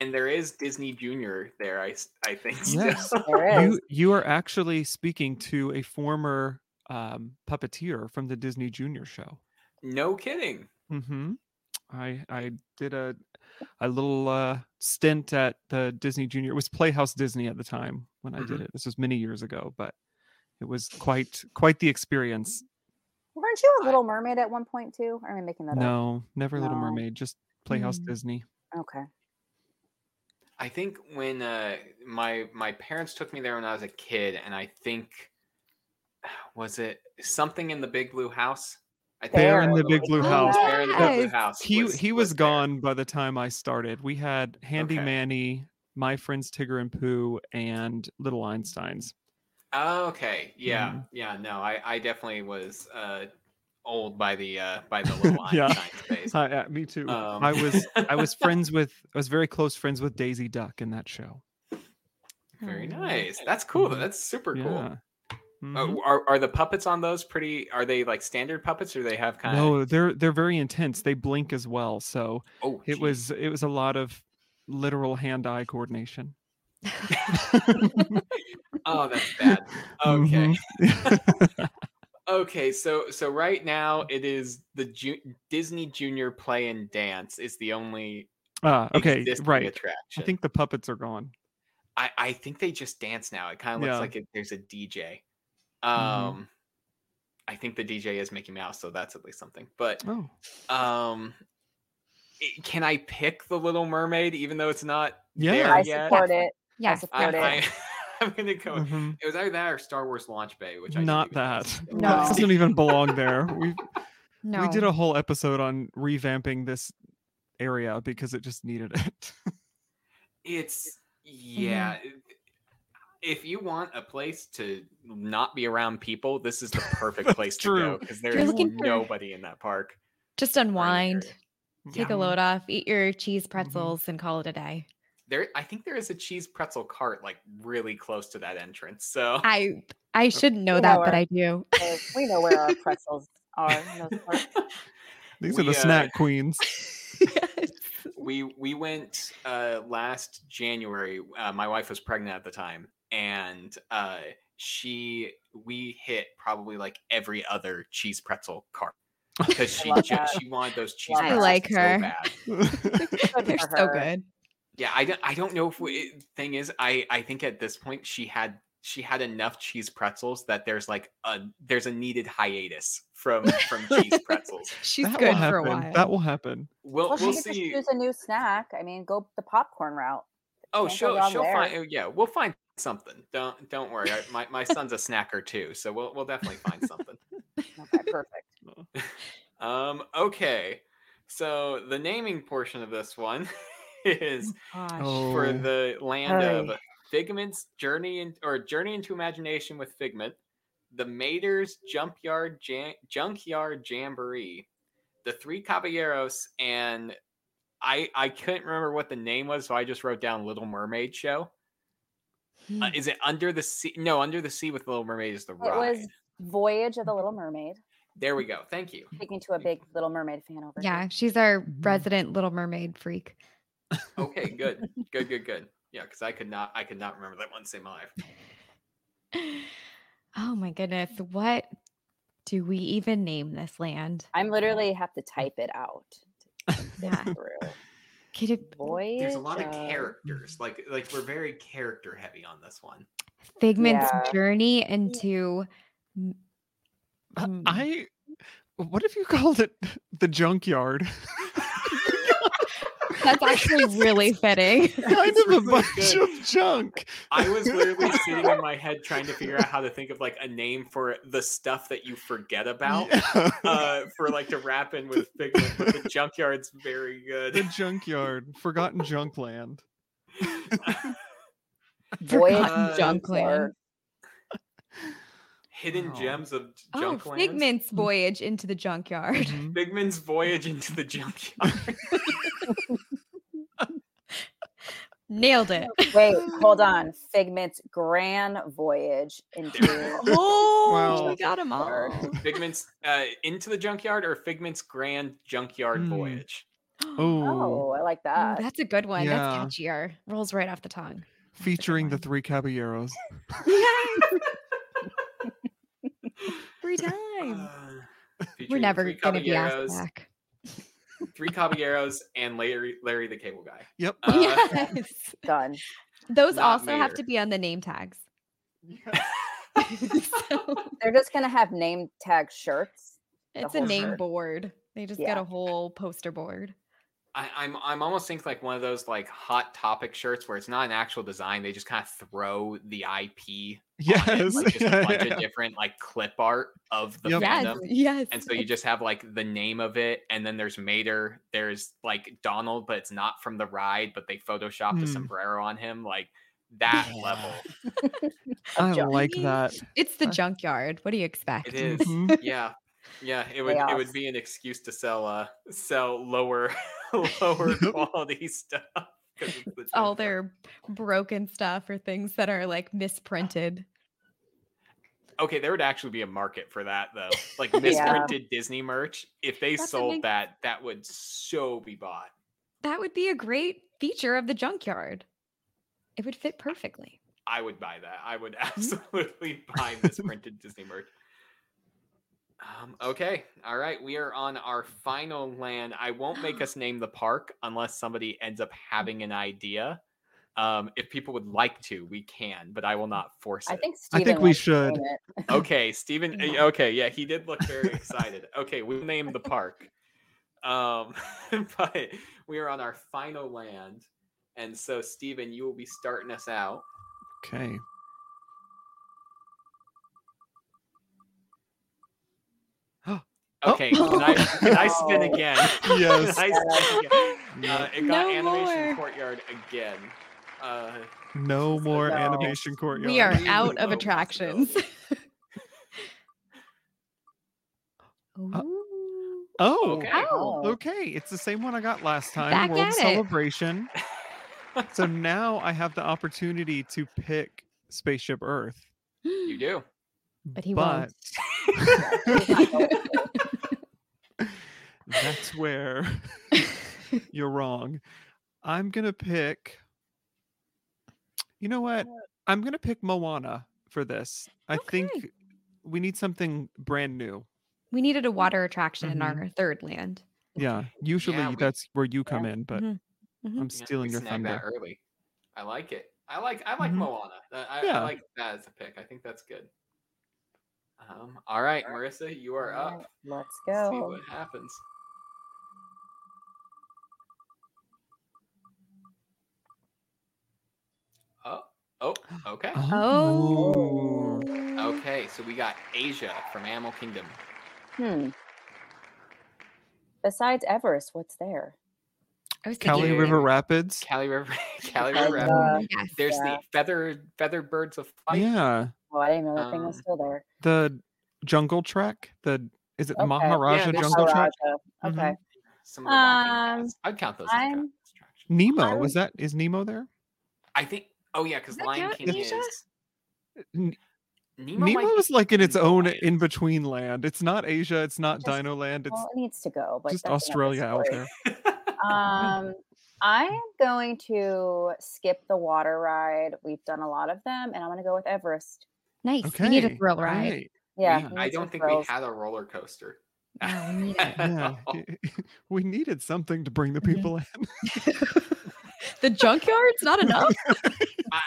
and there is Disney Junior there. I s- I think. still.
Yes.
There is.
you you are actually speaking to a former um, puppeteer from the Disney Junior show.
No kidding.
Mm-hmm. I I did a a little uh, stint at the Disney Junior. It was Playhouse Disney at the time when I did
Mhm.
it. This was many years ago, but it was quite quite the experience.
Weren't you a
I-
Little Mermaid at one point too? Or Am I making that up?
No, never Little
No.
Mermaid, just Playhouse
Mm.
Disney.
Okay.
I think when uh, my my parents took me there when I was a kid, and I think was it something in the Big Blue House? I think
Bear
it
in
was
the Big Blue
it was
House.
Oh,
Bear in the Big Blue
Yes.
House.
He he was,
there.
gone by the time I started. We had Handy
Okay.
Manny, my friends Tigger and Pooh, and Little Einsteins.
Oh, okay. Yeah.
Mhm.
Yeah. No, I, I definitely was uh, old by the uh, by the little
Yeah.
Einstein phase.
Hi, yeah, me too.
Um,
I was I was friends with I was very close friends with Daisy Duck in that show.
Hmm.
very
Oh.
nice. That's cool. though.
Mhm.
That's super cool.
Yeah. Mhm.
Oh, are are the puppets on those pretty? Are they like standard puppets, or they have kind of?
no, they're they're very intense. They blink as well, so
Oh,
it
geez.
was it was a lot of literal hand-eye coordination.
Oh, that's bad.
Mm-hmm.
Okay.
Mhm.
Okay, so so right now it is the Ju- Disney Junior Play and Dance is the only
Ah, okay,
existing
right.
attraction.
I think the puppets are gone.
I, I think they just dance now. It kind of looks
Yeah. Mm-hmm.
like it, there's a DJ. Um, I think the DJ is Mickey Mouse, so that's at least something. But
Oh,
um, i- can I pick the Little Mermaid, even though it's not?
yeah.
There
I
you go.
support it. I
Yes.
I,
support it.
I, I'm gonna go. with-
Mhm.
It was either that or Star Wars Launch Bay, which I didn't
Not
even
that.
consider.
No.
That doesn't even belong there. We
No.
we did a whole episode on revamping this area because it just needed it.
It's
Mm-hmm.
yeah. it- If you want a place to not be around people, this is the perfect
That's
place to go
true.
because there
You're
is
looking for-
nobody in that park.
Just
or in the
unwind,
area.
take
Yeah.
a load off, eat your
Mm-hmm.
cheese pretzels, and call it a day.
There, I think there is a cheese pretzel cart like really close to that entrance. So
I
Uh,
I shouldn't know
You
that,
know
but
her.
I do.
Uh, We know where our pretzels are. in those parts.
These
We,
are the
uh,
snack queens.
Yes.
we we went uh last january uh, my wife was pregnant at the time and uh she we hit probably like every other cheese pretzel cart because she
love
ju-
that.
she wanted those cheese
I
pretzels
like
so
her.
bad.
Good
They're
for
so
her.
good.
yeah i don't i don't know if we,
Mm.
it- thing is i i think at this point she had she had enough cheese pretzels that there's like a there's a needed hiatus from from cheese pretzels
She's
that will
good for a
happen.
while.
That will happen.
we'll we'll
Well, she could just
see
choose a new snack. I mean, go the popcorn route.
Oh,
Can't go
she'll
wrong
she'll
there.
find. oh, Yeah, we'll find something. Don't don't worry. I- My my son's a snacker too, so we'll we'll definitely find something.
Okay, perfect.
Um, okay. So the naming portion of this one is for
Oh.
the land
Aye.
of Figment's journey in, or journey into imagination with Figment, the Mater's Junkyard Jam, Junkyard Jamboree, the Three Caballeros, and I I couldn't remember what the name was, so I just wrote down Little Mermaid Show. Uh, is it under the sea? No, under the sea with Little Mermaid is the
It
ride.
was Voyage of the Little Mermaid.
There we go. Thank you.
Speaking to a big Little Mermaid fan over
Yeah,
here.
she's our
Mhm.
resident Little Mermaid freak.
Okay, good, good, good, good. Yeah, because I could not, I could not remember that one. Save my life.
Oh my goodness, what do we even name this land?
I'm literally have to type it out. to think
Yeah.
through.
Could it
Voyage.
There's a lot of
of-
characters. Like, like we're very character heavy on this one.
Figment's
Yeah.
journey into m-
I-
mm,
Uh, I what if you called it the junkyard?
that's actually really fitting.
kind
That's
of a
really
bunch
good.
of junk.
I was literally sitting in my head trying to figure out how to think of like a name for the stuff that you forget about.
Yeah.
Uh, for like to wrap in with Figment, but the junkyard's very
the
good.
junkyard, forgotten junk land.
Voyage
Forgotten
of
junk land.
Explore.
Hidden
Wow.
gems of
Oh,
junk land.
Figment's
Hmm.
voyage into the junkyard.
Mhm.
Figment's voyage into the junkyard.
Nailed it.
Wait, hold on. Figment's grand voyage into
Oh,
Wow.
we got them all.
Figment's uh, into the junkyard or Figment's grand junkyard
Hmm.
voyage.
Oh,
Oh, I like
Ooh,
that.
that's a good one.
uh, Yeah.
That's catchier. Rolls right off the tongue.
featuring the
one.
three caballeros.
Three times.
Uh,
We're
featuring
never
Three
going to be asked
Caballeros-
back.
Three Caballeros and Larry, Larry the Cable Guy.
Yep.
Uh,
yes.
Done.
Those
not
also have
mayor.
to be on the name tags. so
They're just gonna have name tag shirts.
it's a
whole
name
shirt.
board. They just got
Yeah.
a whole poster board.
I, I'm I'm almost thinking like one of those like hot topic shirts where it's not an actual design. They just kind of throw the IP,
yes.
on it, like just a bunch
yeah.
of different like clip art of the
Yep.
fandom.
Yes. Yes.
And so you just have like the name of it, and then there's Mater, there's like Donald, but it's not from the ride, but they photoshopped a
Hmm.
sombrero on him, like that level.
I
junk.
like
mean,
that.
It's the
Uh,
junkyard. What do you expect?
It is.
Mhm.
Yeah. Yeah. It would it would
Chaos.
be an excuse to sell uh sell lower lower
Yep.
quality stuff. 'cause it's the
All
junk yard.
their broken stuff or things that are like misprinted.
Okay, there would actually be a market for that though. Like
Yeah.
misprinted Disney merch. If they
That's what
sold
makes-
that, that would so be bought.
That would be a great feature of the junkyard. It would fit perfectly.
I would buy that. I would
Mm-hmm.
absolutely buy this printed Disney merch. Um, okay. All right. We are on our
Mm-hmm.
final land. I won't make us name the park unless somebody ends up having an idea. Um, if people would like to, we can, but I will not force
I
it.
think
I
Steven
think we
wants to
should.
name it.
okay, Steven. eh, Okay, yeah, he did look very excited. Okay, we'll name the park. Um, but we are on our final land. And so, Steven, you will be starting us out.
Okay. Oh.
Okay, can, I, can I spin
No.
again? Can
Yes.
I spin again? Uh, it got
No
Animation
more.
Courtyard again. Uh,
No more
No.
animation courtyard.
We are
Really
out
low
of attractions.
possibility.
Uh,
Ooh.
Oh.
Okay.
Oh.
Okay, it's the same one I got last time.
Back
World
at it.
Celebration. so now I have the opportunity to pick Spaceship Earth.
you do.
But he
but
won't.
that's where you're wrong. I'm gonna pick. You know what? I'm gonna pick Moana for this. I think
Okay.
we need something brand new.
we needed a water attraction in
Mhm.
our third land.
Yeah. Usually
we-
that's where you come in, but
Mhm. Mhm.
I'm
Yeah,
stealing
we
your
snagged
thunder.
That early. I like it. I like I like
Mhm.
Moana. Uh, I,
Yeah.
I like that as a pick. I think that's good. Um, all right, Marissa, you are
All right,
up.
Let's
Let's
go.
See what happens. Oh, oh, okay.
Oh.
Okay, so we got Asia from Animal Kingdom.
Hmm. Besides Everest, what's there?
I was
Cali
thinking-
River Rapids.
Cali River, Cali
And,
River. Rapids.
uh,
Yes.
There's
yeah.
the feathered feathered birds of flight.
Yeah.
oh, I didn't know that thing was
Um,
still there.
The jungle track. The is it the
Okay.
Maharaja
Yeah, there's
jungle track?
Maharaja.
Mhm.
Okay.
Some of the walking
Um,
paths. I'd count those. as attra-
I'm-
attractions.
Nemo.
would-
Was that is Nemo there?
I think. Oh yeah, because
that
Lion
count,
King
Asia?
is.
N-
Nemo, might
Nemo
be
is like in its
Nemo
own
Lion.
in between land. It's not Asia. It's not
Just-
Dino Land. It's
Well, it needs to go, but
just
that's another
Australia out
story.
there.
Um, I am going to skip the water ride. We've done a lot of them, and I'm going to go with Everest.
nice.
Okay.
We need a thrill ride.
right.
Yeah,
Yeah.
we
I
need some
don't think we
thrills.
had a roller coaster.
No, we need it.
at
Oh, Yeah.
all.
we needed something to bring the
Mhm.
people in.
the junkyard's not enough.
I,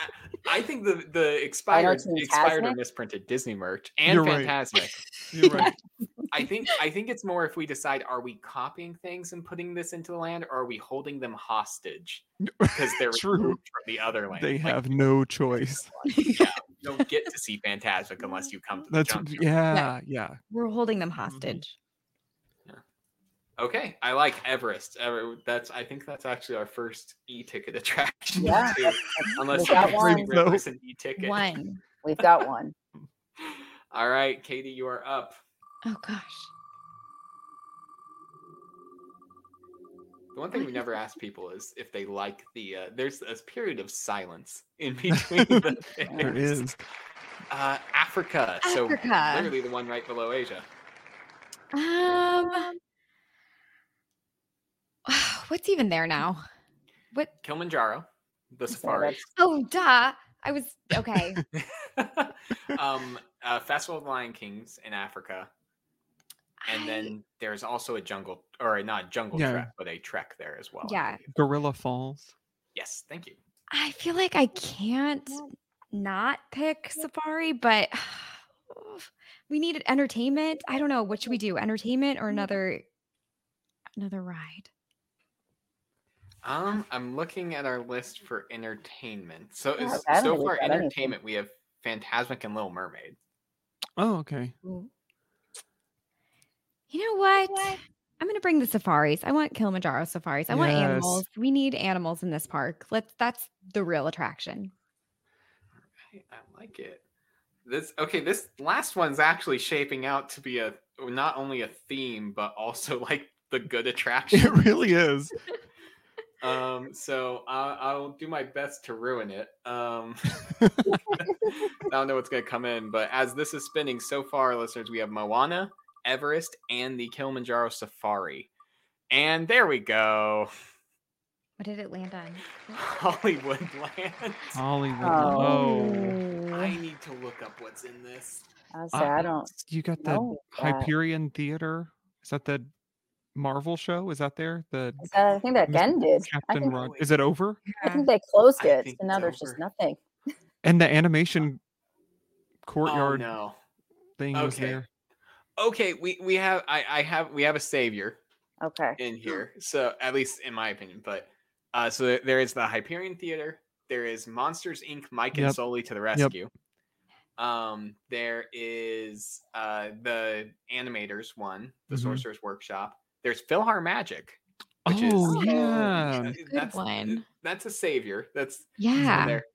I think the the expired
some
expired or
Tasman?
misprinted Disney merch and
You're right.
Fantasmic.
You're right.
I think I think it's more if we decide are we copying things and putting this into the land or are we holding them hostage because they're
True.
removed from the other land.
They
Like,
have no choice.
you don't get to see Fantasmic unless you come to the
That's
junkyard.
yeah, yeah.
We're holding them
Mm-hmm.
hostage.
Okay, I like Everest. Ever- That's I think that's actually our first e-ticket attraction.
Yeah.
too, unless
We've
you
got
have three
one.
rivers and e-ticket.
One.
We've got one.
All right, Katie, you are up.
Oh gosh.
The one thing we never ask people is if they like the. Uh, there's a period of silence in between. the
There
pairs.
is.
uh, Africa.
Africa.
So literally the one right below Asia.
Um. What's even there now? What?
Kilimanjaro, the safaris,
Oh, duh. I was okay.
um, uh, Festival of Lion Kings in Africa, and
I-
then there's also a jungle, or not a jungle
Yeah.
trek, but a trek there as well. I
Yeah.
believe.
Gorilla Falls.
Yes. Thank you.
I feel like I can't not pick Safari, but we needed entertainment. I don't know. What should we do? Entertainment or another another ride?
Um, I'm looking at our list for entertainment. So
Yeah,
it's-
I don't
so
think we've
far
got anything.
entertainment, we have Fantasmic and Little Mermaid.
Oh, okay.
Ooh. You know what? I'm gonna bring the safaris. I want Kilimanjaro safaris. I want
Yes.
animals. We need animals in this park. Let's that's the real attraction.
Hey, I like it. This okay. This last one's actually shaping out to be a not only a theme but also like the good
It
attraction.
really is.
um, so I, I'll do my best to ruin it. Um, I don't know what's gonna come in, but as this is spinning so far, listeners, we have Moana, Everest, and the Kilimanjaro Safari. And there we go,
What did it land on?
Hollywood Land.
Hollywood. Oh.
Oh,
I need to look up what's in this.
Uh,
I, say, I don't.
You got the
know that.
Hyperion Theater. Is that the Marvel show? Is that there? The
Is that- I think that
Mr.
ended. I
Captain
think,
Run. Is it over?
I think they closed
I
it,
think
and now
it's
there's just
over.
nothing.
And the animation
Oh
courtyard
no.
thing was
Okay.
there.
Okay, we we have I I have we have a savior
Okay.
in
Hmm.
here. So at least in my opinion, but uh so there- there is the Hyperion Theater. There is Monsters Inc. Mike and
Yep.
Sully to the rescue. Um, there is uh the animators one, the
Mhm.
Sorcerer's Workshop. There's Philhar Magic. Which
Oh
is,
yeah.
Uh,
good
that's,
one.
That's a savior. That's in
Yeah.
there.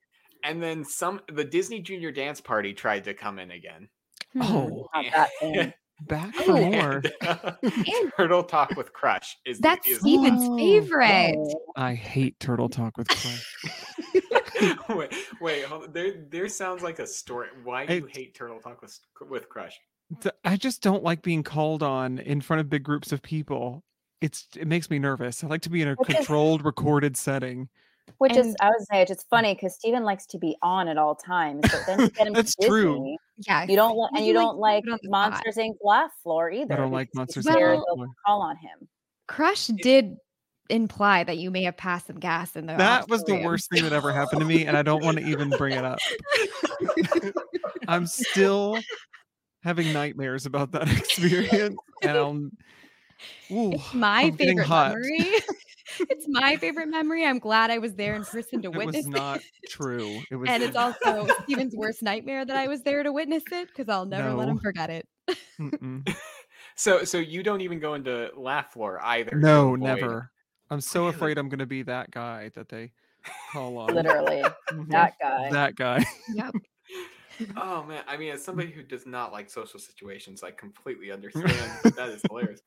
And then some the Disney Junior Dance Party tried to come in again.
Hmm.
Oh,
Not that thing.
back
Oh,
for
Ooh.
more.
And, uh, Turtle Talk with Crush is the-
That's
is
Steven's
Oh,
favorite.
Oh.
I hate Turtle Talk with Crush.
wait, wait, hold on. There, there sounds like a story. Why do you
It-
hate Turtle Talk with with Crush?
Th- I just don't like being called on in front of big groups of people. It's it makes me nervous. I like to be in a
Okay.
controlled, recorded setting.
Which is,
And-
I would say, it's just funny because Steven likes to be on at all times. But then you get him to
That's true.
Disney,
Yeah.
You don't want, and
He
you
likes
don't
to
like
put on the spot.
Monsters Inc. laugh floor either.
I don't like
because
monsters.
he's
Inc.
scared
Well-
they'll call on him.
Crush did imply that you may have passed some gas in there.
That was the worst thing that ever happened to me, and I don't want to even bring it up. I'm still having nightmares about that experience, and I'll. Ooh,
It's my
I'm getting
favorite
hot.
memory. it's my favorite memory. I'm glad I was there in person to
it
witness
was
it.
not true. It was.
and it's also Steven's worst nightmare that I was there to witness it because I'll never let him
No.
forget it.
Mm-mm.
So, so you don't even go into laugh floor either. to
No,
avoid-
never. I'm so
Really?
afraid I'm going to be that guy that they call on.
Literally,
Mhm.
that guy.
That guy.
Yep.
Oh man, I mean, as somebody who does not like social situations, I completely understand. but that is hilarious.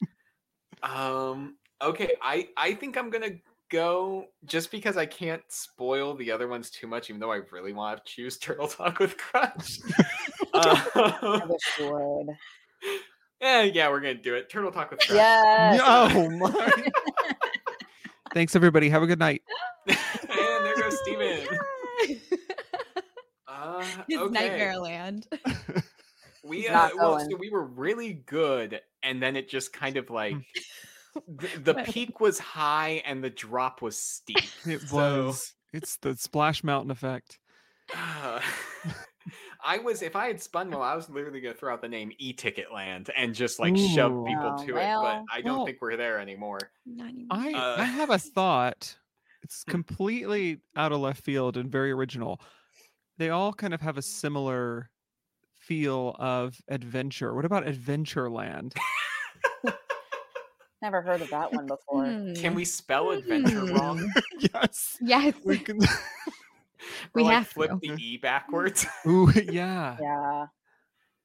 Um. Okay, I I think I'm gonna go just because I can't spoil the other ones too much, even though I really want to choose Turtle Talk with Crush.
I
Um,
wish you would.
eh, yeah, we're gonna do it. Turtle Talk with Crush.
Yes.
Oh my. Thanks, everybody. Have a good night.
and there goes Steven. Uh,
His
okay.
nightmare land.
We
He's
uh,
not
well, so
going.
we were really good, and then it just kind of like th- the
What?
peak was high and the drop was steep.
It
So,
was. It's the splash mountain effect.
uh, I was if I had spun well, I was literally gonna throw out the name E Ticket Land and just like shove
Ooh.
people
Oh,
to it,
well,
but I don't
well.
think we're there anymore.
Not anymore.
I
Uh,
I have a thought. It's
Hmm.
completely out of left field and very original. They all kind of have a similar feel of adventure. What about Adventureland?
Never heard of that one before.
Hmm.
Can we spell adventure wrong?
yes.
Yes,
We can
Or,
we
like,
have
flip
to.
the E backwards.
Ooh, yeah.
Yeah.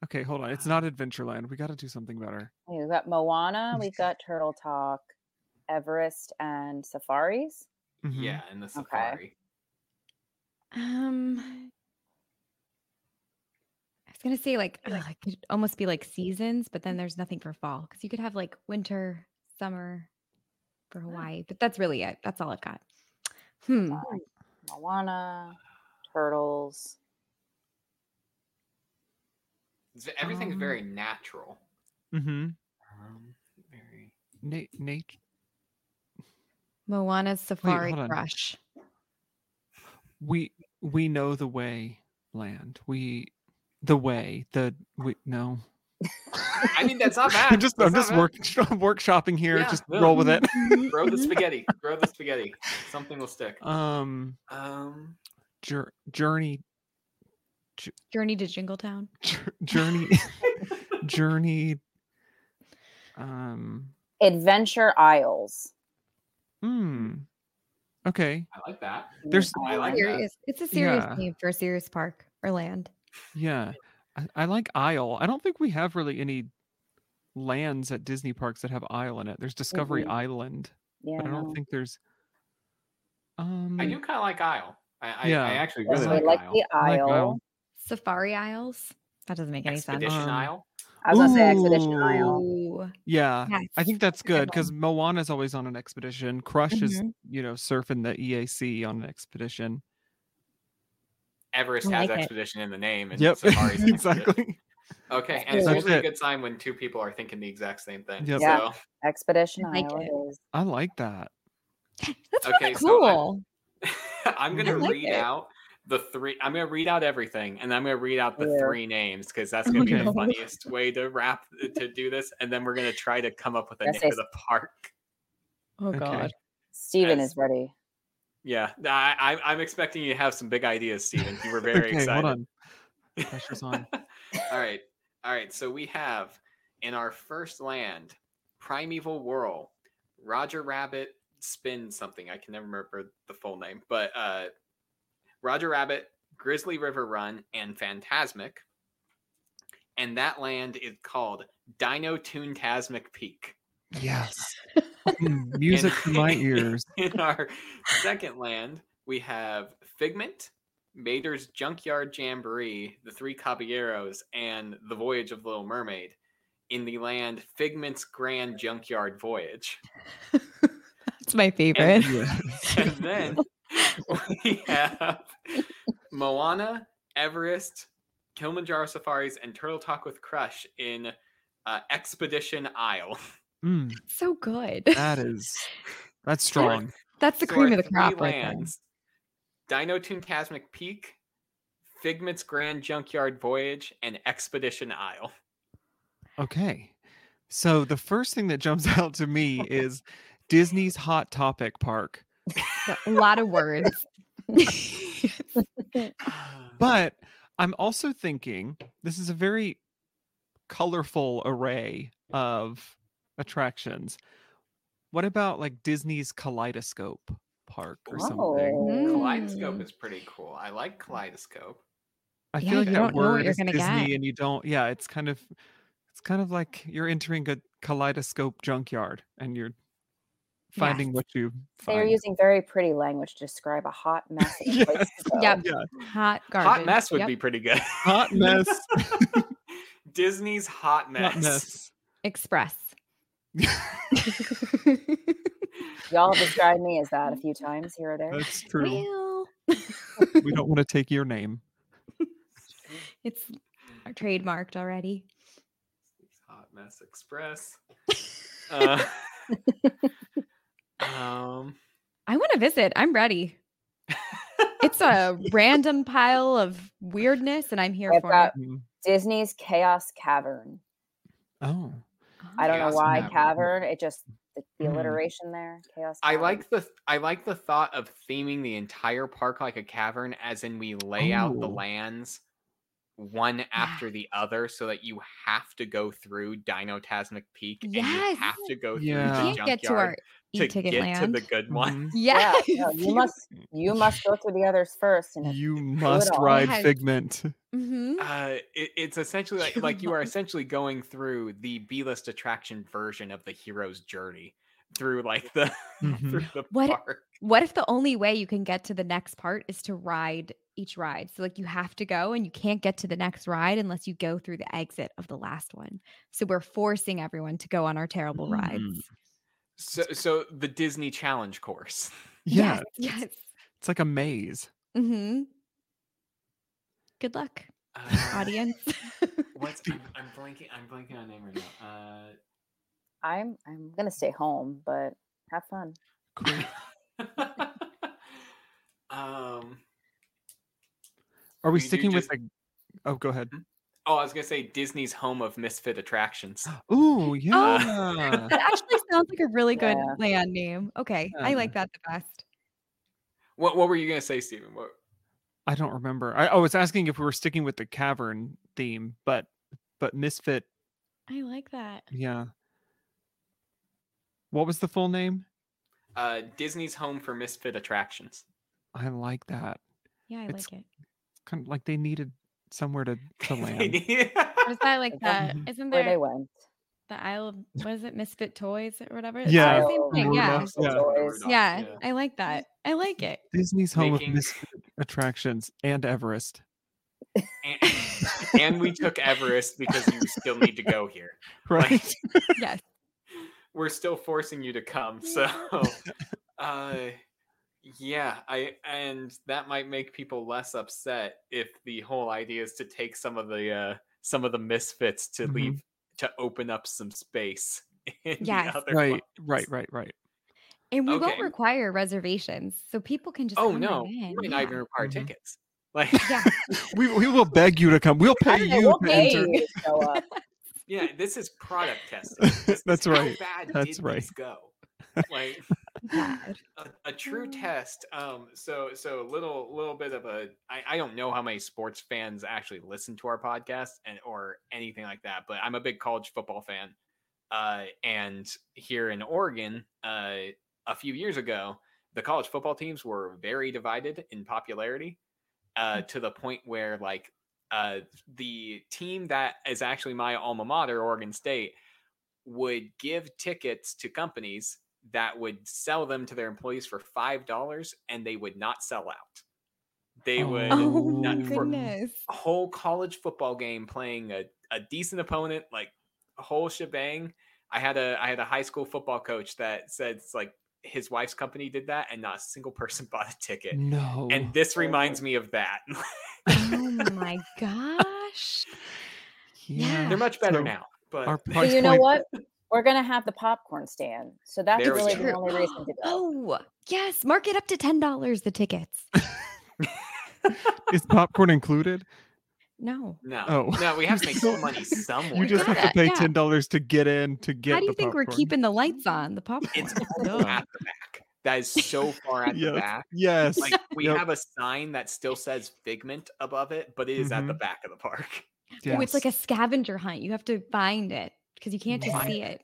Okay, hold on. It's not Adventureland. We got to do something better.
We've got Moana, we've got Turtle Talk, Everest, and Safaris.
Mhm.
yeah, in the safari.
Um, I was gonna say like ugh, it could almost be like seasons, but then there's nothing for fall because you could have like winter, summer, for Hawaii. But that's really it. That's all I've got. Hmm.
uh, Moana, Turtles.
It's- Everything's
Um,
very natural.
Mhm.
Um, very.
Na- nat-
Moana's Safari
hold on.
Crush.
we we know the way land we the way the we no
I mean, that's not bad.
i'm just i'm
That's
just
not
work, workshopping here
Yeah,
just
yeah.
roll with it
Mm-hmm.
bad. Throw the spaghetti. Throw the spaghetti. Something will stick.
um
Um,
jour- journey
Journey to Jingletown.
jour- journey journey um
Adventure Isles.
hmm okay
I like that.
There's-
I like that.
Serious. It's a serious
Yeah.
name for a serious park or land.
yeah I, I like isle i don't think we have really any lands at disney parks that have isle in it there's discovery
Mhm.
island
Yeah.
but i don't
no.
think there's um
I do kind of like Isle. I, I,
Yeah.
I actually
Yes,
really
Doesn't
we
like,
like
Isle.
the
I like
Isle.
Isle.
Safari Isles. That doesn't make any
Expedition
Um,
Isle.
I was gonna say Expedition
sense.
Isle.
Ooh,
yeah I
yes.
think that's
good
good because Moana's always on an expedition. Crush is, you know, surfing the EAC on an expedition.
Everest
I
has
like it.
expedition in the name, and
Yep,
Safari's an expedition.
exactly.
Okay, and it's
That's
usually a
it.
good sign when two people are thinking the exact same thing.
Yep.
Yeah.
So
Expedition
I like
Iowa
it.
is
I like that.
That's
Okay,
really
so I-
cool.
I'm gonna
I like
read
it.
out the three. I'm gonna read out everything, and I'm gonna read out the
Yeah.
three names because that's gonna be the
Okay.
funniest way to wrap to do this. And then we're gonna try to come up with a
Yes,
name for
yes.
the park.
Oh
Okay.
god.
Steven
Yes.
is ready.
Yeah, I, I, I'm expecting you to have some big ideas, Steven. You were very
okay,
excited.
hold on. Pressure's on.
all right, all right. So we have in our first land, Primeval Whirl, Roger Rabbit spin something. I can never remember the full name, but uh, Roger Rabbit, Grizzly River Run, and Phantasmic. And that land is called Dino Toontasmic Peak.
Yes. Mm, Music to my ears.
In our second land, we have Figment, Mater's Junkyard Jamboree, The Three Caballeros, and The Voyage of the Little Mermaid. In the land, Figment's Grand Junkyard Voyage.
That's my favorite.
And then we have Moana, Everest, Kilimanjaro Safaris, and Turtle Talk with Crush in uh, Expedition Isle.
Mm,
so good.
that is that's strong.
That's the
So
cream
our
of the
three
crop right there.
lands, Dino Toontasmic Peak, Figment's Grand Junkyard Voyage, and Expedition Isle.
Okay. So the first thing that jumps out to me is Disney's Hot Topic Park.
A lot of words.
But I'm also thinking this is a very colorful array of attractions. What about like Disney's Kaleidoscope Park or something?
Oh.
Kaleidoscope
Mm.
is pretty cool. I like Kaleidoscope.
I
Yeah,
feel like
you
that
don't know what
word
you're
is
gonna
Disney
get.
and you don't yeah, it's kind of it's kind of like you're entering a kaleidoscope junkyard and you're finding what you find.
They're using very pretty language to describe a hot mess. of a place to go.
Yep.
Yeah.
Hot garbage.
Hot mess would
Yep.
be pretty good.
Hot mess.
Disney's hot mess.
Hot mess.
express.
Y'all have described me as that a few times here or there.
That's true.
Well,
we don't want to take your name.
it's trademarked already.
Hot mess express. Uh, um,
I want to visit. I'm ready. It's a random pile of weirdness, and I'm here
I've
for
got-
it.
Mm.
Disney's Chaos Cavern.
Oh.
I don't
Chaos
know why
Cavern.
cavern. It just the, the
Mm.
alliteration there. Chaos.
I
Um,
Cavern.
like the I like the thought of theming the entire park like a cavern, as in we lay out the
Ooh.
lands one after the other, so that you have to go through Dino Tasmic Peak and you
Yes.
have to go through
We
Yeah.
the
can't get to our
junkyard to
e-ticket
get
land. Mm-hmm.
to the good one.
Mhm.
Yeah,
yeah,
no, you must you must go through the others first, and if
You must
all.
ride
Yes.
Figment.
hmm
Uh, it, it's essentially like,
You
like you are essentially going through the B list attraction version of the hero's journey through like the through
Mhm.
the
Mm-hmm. What-
park.
What if the only way you can get to the next part is to ride each ride? So, like, you have to go and you can't get to the next ride unless you go through the exit of the last one. So, we're forcing everyone to go on our terrible rides.
So so the Disney challenge course.
Yeah.
Yes. yes.
It's like a maze.
Mm-hmm. Good luck,
Uh,
audience.
What's I'm, I'm blanking? I'm blanking on name right now. Uh,
I'm I'm gonna stay home, but have fun.
Cool.
Uh, um.
Are
We
we
do
sticking with
just-
the Oh, go ahead.
Oh, I was gonna say Disney's home of misfit attractions.
Ooh, yeah.
that actually sounds like a really good
Yeah.
land name. Okay. I
Yeah.
like that the best.
What What were you gonna say, Stephen? What?
I don't remember. I, I was asking if we were sticking with the cavern theme, but but Misfit,
I like that.
yeah. What was the full name?
Uh, Disney's home for misfit attractions.
I like that.
Yeah, I
It's-
like it.
Kind of like they needed somewhere to, to land.
Or is that like that?
Mhm.
Isn't
Where they
there
went.
the Isle of what is it, Misfit Toys or whatever? It's
Yeah.
the same
Isle
thing.
of
Yeah.
Rudolph. Yeah.
Toys.
yeah. I like that. I like it.
Disney's home
Making-
of misfit attractions and Everest.
And, and we took Everest because you still need to go here.
Right.
Yes.
We're still forcing you to come. So, uh, yeah, I and that might make people less upset if the whole idea is to take some of the uh, some of the misfits to
Mm-hmm.
Mhm.
leave to open up some space. In
Yes.
the other
Right,
lines.
right, right, right.
And we won't
Okay.
require reservations, so people can just.
Oh
come
no, we're
Right in. yeah. Mm-hmm.
not even require
Mhm.
tickets. Like
Yeah.
We, we will beg you to come. We'll
I
pay
don't know,
you
we'll
to
pay
enter.
you to show up.
Yeah, this is product testing. This is
That's right.
How bad
That's
did
right.
This go like
God.
a, a true test. Um, so so little little bit of a. I, I don't know how many sports fans actually listen to our podcast and or anything like that, but I'm a big college football fan. Uh, and here in Oregon, uh, a few years ago, the college football teams were very divided in popularity, uh, to the point where like uh, the team that is actually my alma mater, Oregon State, would give tickets to companies that would sell them to their employees for five dollars, and they would not sell out. They would
Oh my
not for
goodness.
a whole college football game playing a, a decent opponent, like a whole shebang. I had a I had a high school football coach that said it's like his wife's company did that, and not a single person bought a ticket.
No.
And this reminds me of that.
Oh my gosh. yeah.
They're much better
So
now. But
Our
But
price
you know
point-
what? We're gonna have the popcorn stand, so that's
There we
really
go.
the only reason to go.
Oh yes, mark it up to ten dollars the tickets.
Is popcorn included?
No.
no,
Oh.
no, we have to make
So-
some money somewhere.
You just have to
gotta-
pay
yeah.
ten dollars to get in to get.
How do
the
you think we're
popcorn.
keeping the lights on? The popcorn.
It's
No.
all at the back. That is so far at
Yes.
the back.
Yes.
Like we
Yep.
have a sign that still says Figment above it, but it is
Mm-hmm.
at the back of the park.
Oh, it's like
yes.
a scavenger hunt. You have to find it because you can't just
Find
see it.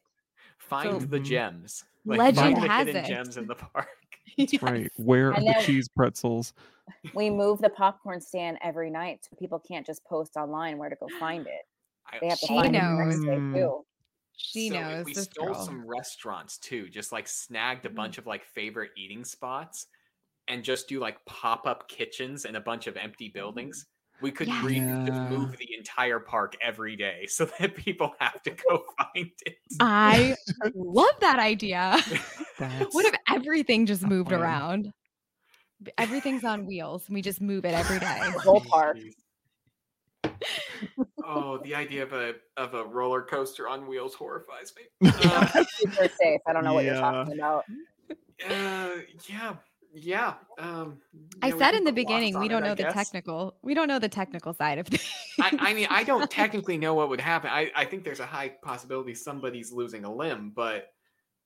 Find the
Mhm.
gems.
Legend
find the
has
hidden
it.
gems in the park.
Yes.
Right. Where are
And
the
then-
cheese pretzels?
We move the popcorn stand every night, so people can't just post online where to go find it.
I-
They have to
She
find it the next day
knows.
too.
She
so if
knows
We
this
stole
girl.
some restaurants too, just like snagged a
Mm.
bunch of like favorite eating spots and just do like pop up kitchens in a bunch of
Mm.
empty buildings. We could
Yes.
re- just
Yeah.
move the entire park every day so that people have to go find it.
I love that idea.
That's
What if everything just
a
moved
plan.
around? B- Everything's on wheels and we just move it every day.
The whole park.
Jeez. oh, the idea of a of a roller coaster on wheels horrifies me. Uh,
Super safe. I don't know what you're
Yeah.
talking about.
uh, yeah, yeah. Um,
I
yeah, we
said
can
in the
put gloss
beginning,
on
we
it,
don't
I
know the
guess.
technical. We don't know the technical side of things.
I, I mean, I don't technically know what would happen. I, I think there's a high possibility somebody's losing a limb, but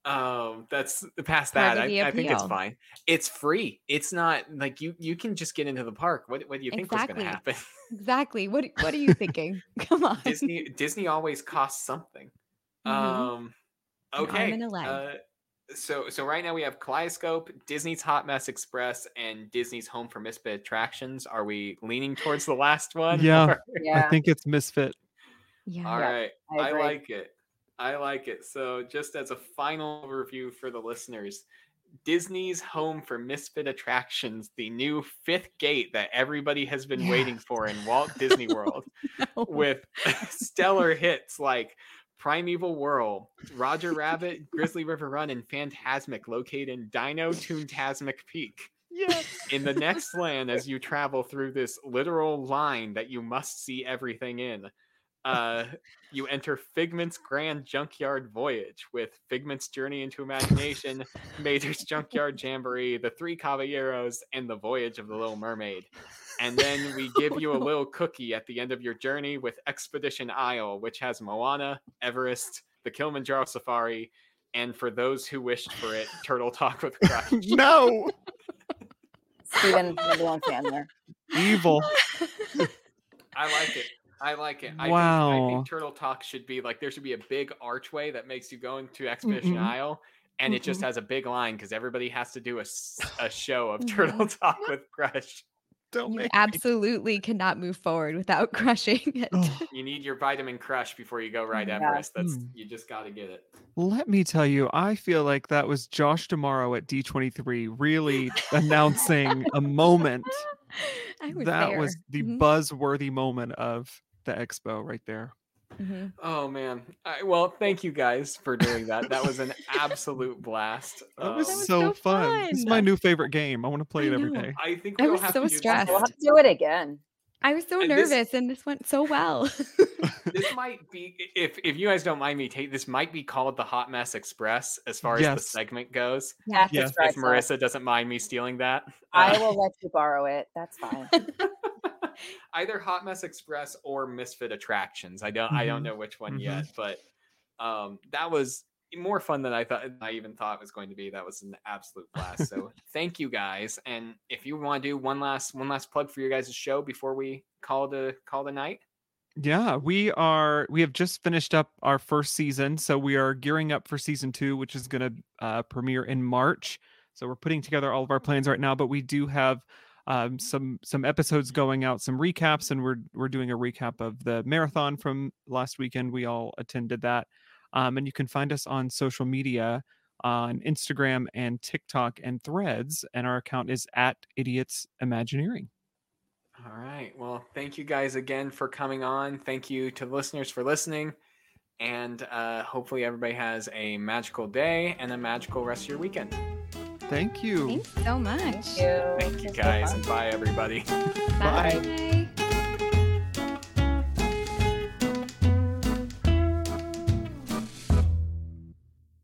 um, that's past
Part
that.
of the
I, I think it's
appeal.
fine. It's free. It's not like you you can just get into the park. What what do you think was
Exactly.
going to happen?
exactly. What What are you thinking? Come on.
Disney Disney always costs something.
Mhm.
Um,
An arm
okay.
and a leg.
uh, so so right now we have Kaleidoscope, Disney's Hot Mess Express, and Disney's Home for Misfit Attractions. Are we leaning towards the last one?
Yeah.
or-
Yeah,
I think it's misfit.
yeah.
All
Yeah,
right.
I
I,
agree.
like it. I like it. So, just as a final review for the listeners, Disney's Home for Misfit Attractions, the new fifth gate that everybody has been waiting for in Walt Disney World, with stellar hits like Primeval Whirl, Roger Rabbit, Grizzly River Run, and Phantasmic, located in Dino Toontasmic Peak. In the next land, as you travel through this literal line that you must see everything in, uh, you enter Figment's Grand Junkyard Voyage with Figment's Journey into Imagination, Mater's Junkyard Jamboree, The Three Caballeros, and The Voyage of the Little Mermaid. And then we give you a little cookie at the end of your journey with Expedition Isle, which has Moana, Everest, the Kilimanjaro Safari, and for those who wished for it, Turtle Talk with Crush.
no.
Steven number one fan there.
Evil.
I like it. I like it. I Think, I
Wow.
think Turtle Talk should be like there should be a big archway that makes you go into Expedition
Mm-mm.
Isle, and it just has a big line because everybody has to do a, s- a show of Turtle Talk with Crush.
Don't
You
make
absolutely cannot move forward without crushing it.
Ugh.
You need your vitamin Crush before you go ride
Yeah.
Everest. That's
Mm.
you just got to get it.
Let me tell you, I feel like that was Josh Tomorrow at D23 really announcing a moment.
I was
That
there.
was the
Mhm,
buzzworthy moment of the expo right there.
mhm.
Oh man. I, well, thank you guys for doing that. That was an absolute blast.
That was
Um,
was
so
so
fun. This is my
fun.
new favorite game. I want to play
I
it every
know.
day.
I think
I
we'll
was
have
so
to do this
stressed.
We'll
again.
have to do it again.
I was so
And
nervous
this-
and this went so well.
this might be if if you guys don't mind me take this might be called the hot mess express as far as the
Yes.
segment goes
Have to
Yeah. If
try
if
some.
marissa doesn't mind me stealing that Uh,
I will let you borrow it. That's fine.
either hot mess express or misfit attractions i don't i don't
Mhm.
know which one yet but um that was more fun than i thought i even thought it was going to be that was an absolute blast so thank you guys and if you want to do one last one last plug for your guys' show before we call the call the night
Yeah, we are. We have just finished up our first season, so we are gearing up for season two, which is going to uh, premiere in March. So we're putting together all of our plans right now, but we do have um, some some episodes going out, some recaps, and we're we're doing a recap of the marathon from last weekend. We all attended that, um, and you can find us on social media on Instagram and TikTok and Threads, and our account is at Idiots Imagineering.
All right. Well, thank you guys again for coming on. Thank you to the listeners for listening. And uh, hopefully, everybody has a magical day and a magical rest of your weekend.
Thank you.
Thanks so much.
Thank you.
Thank you,
This was
guys.
fun.
And bye, everybody.
Bye.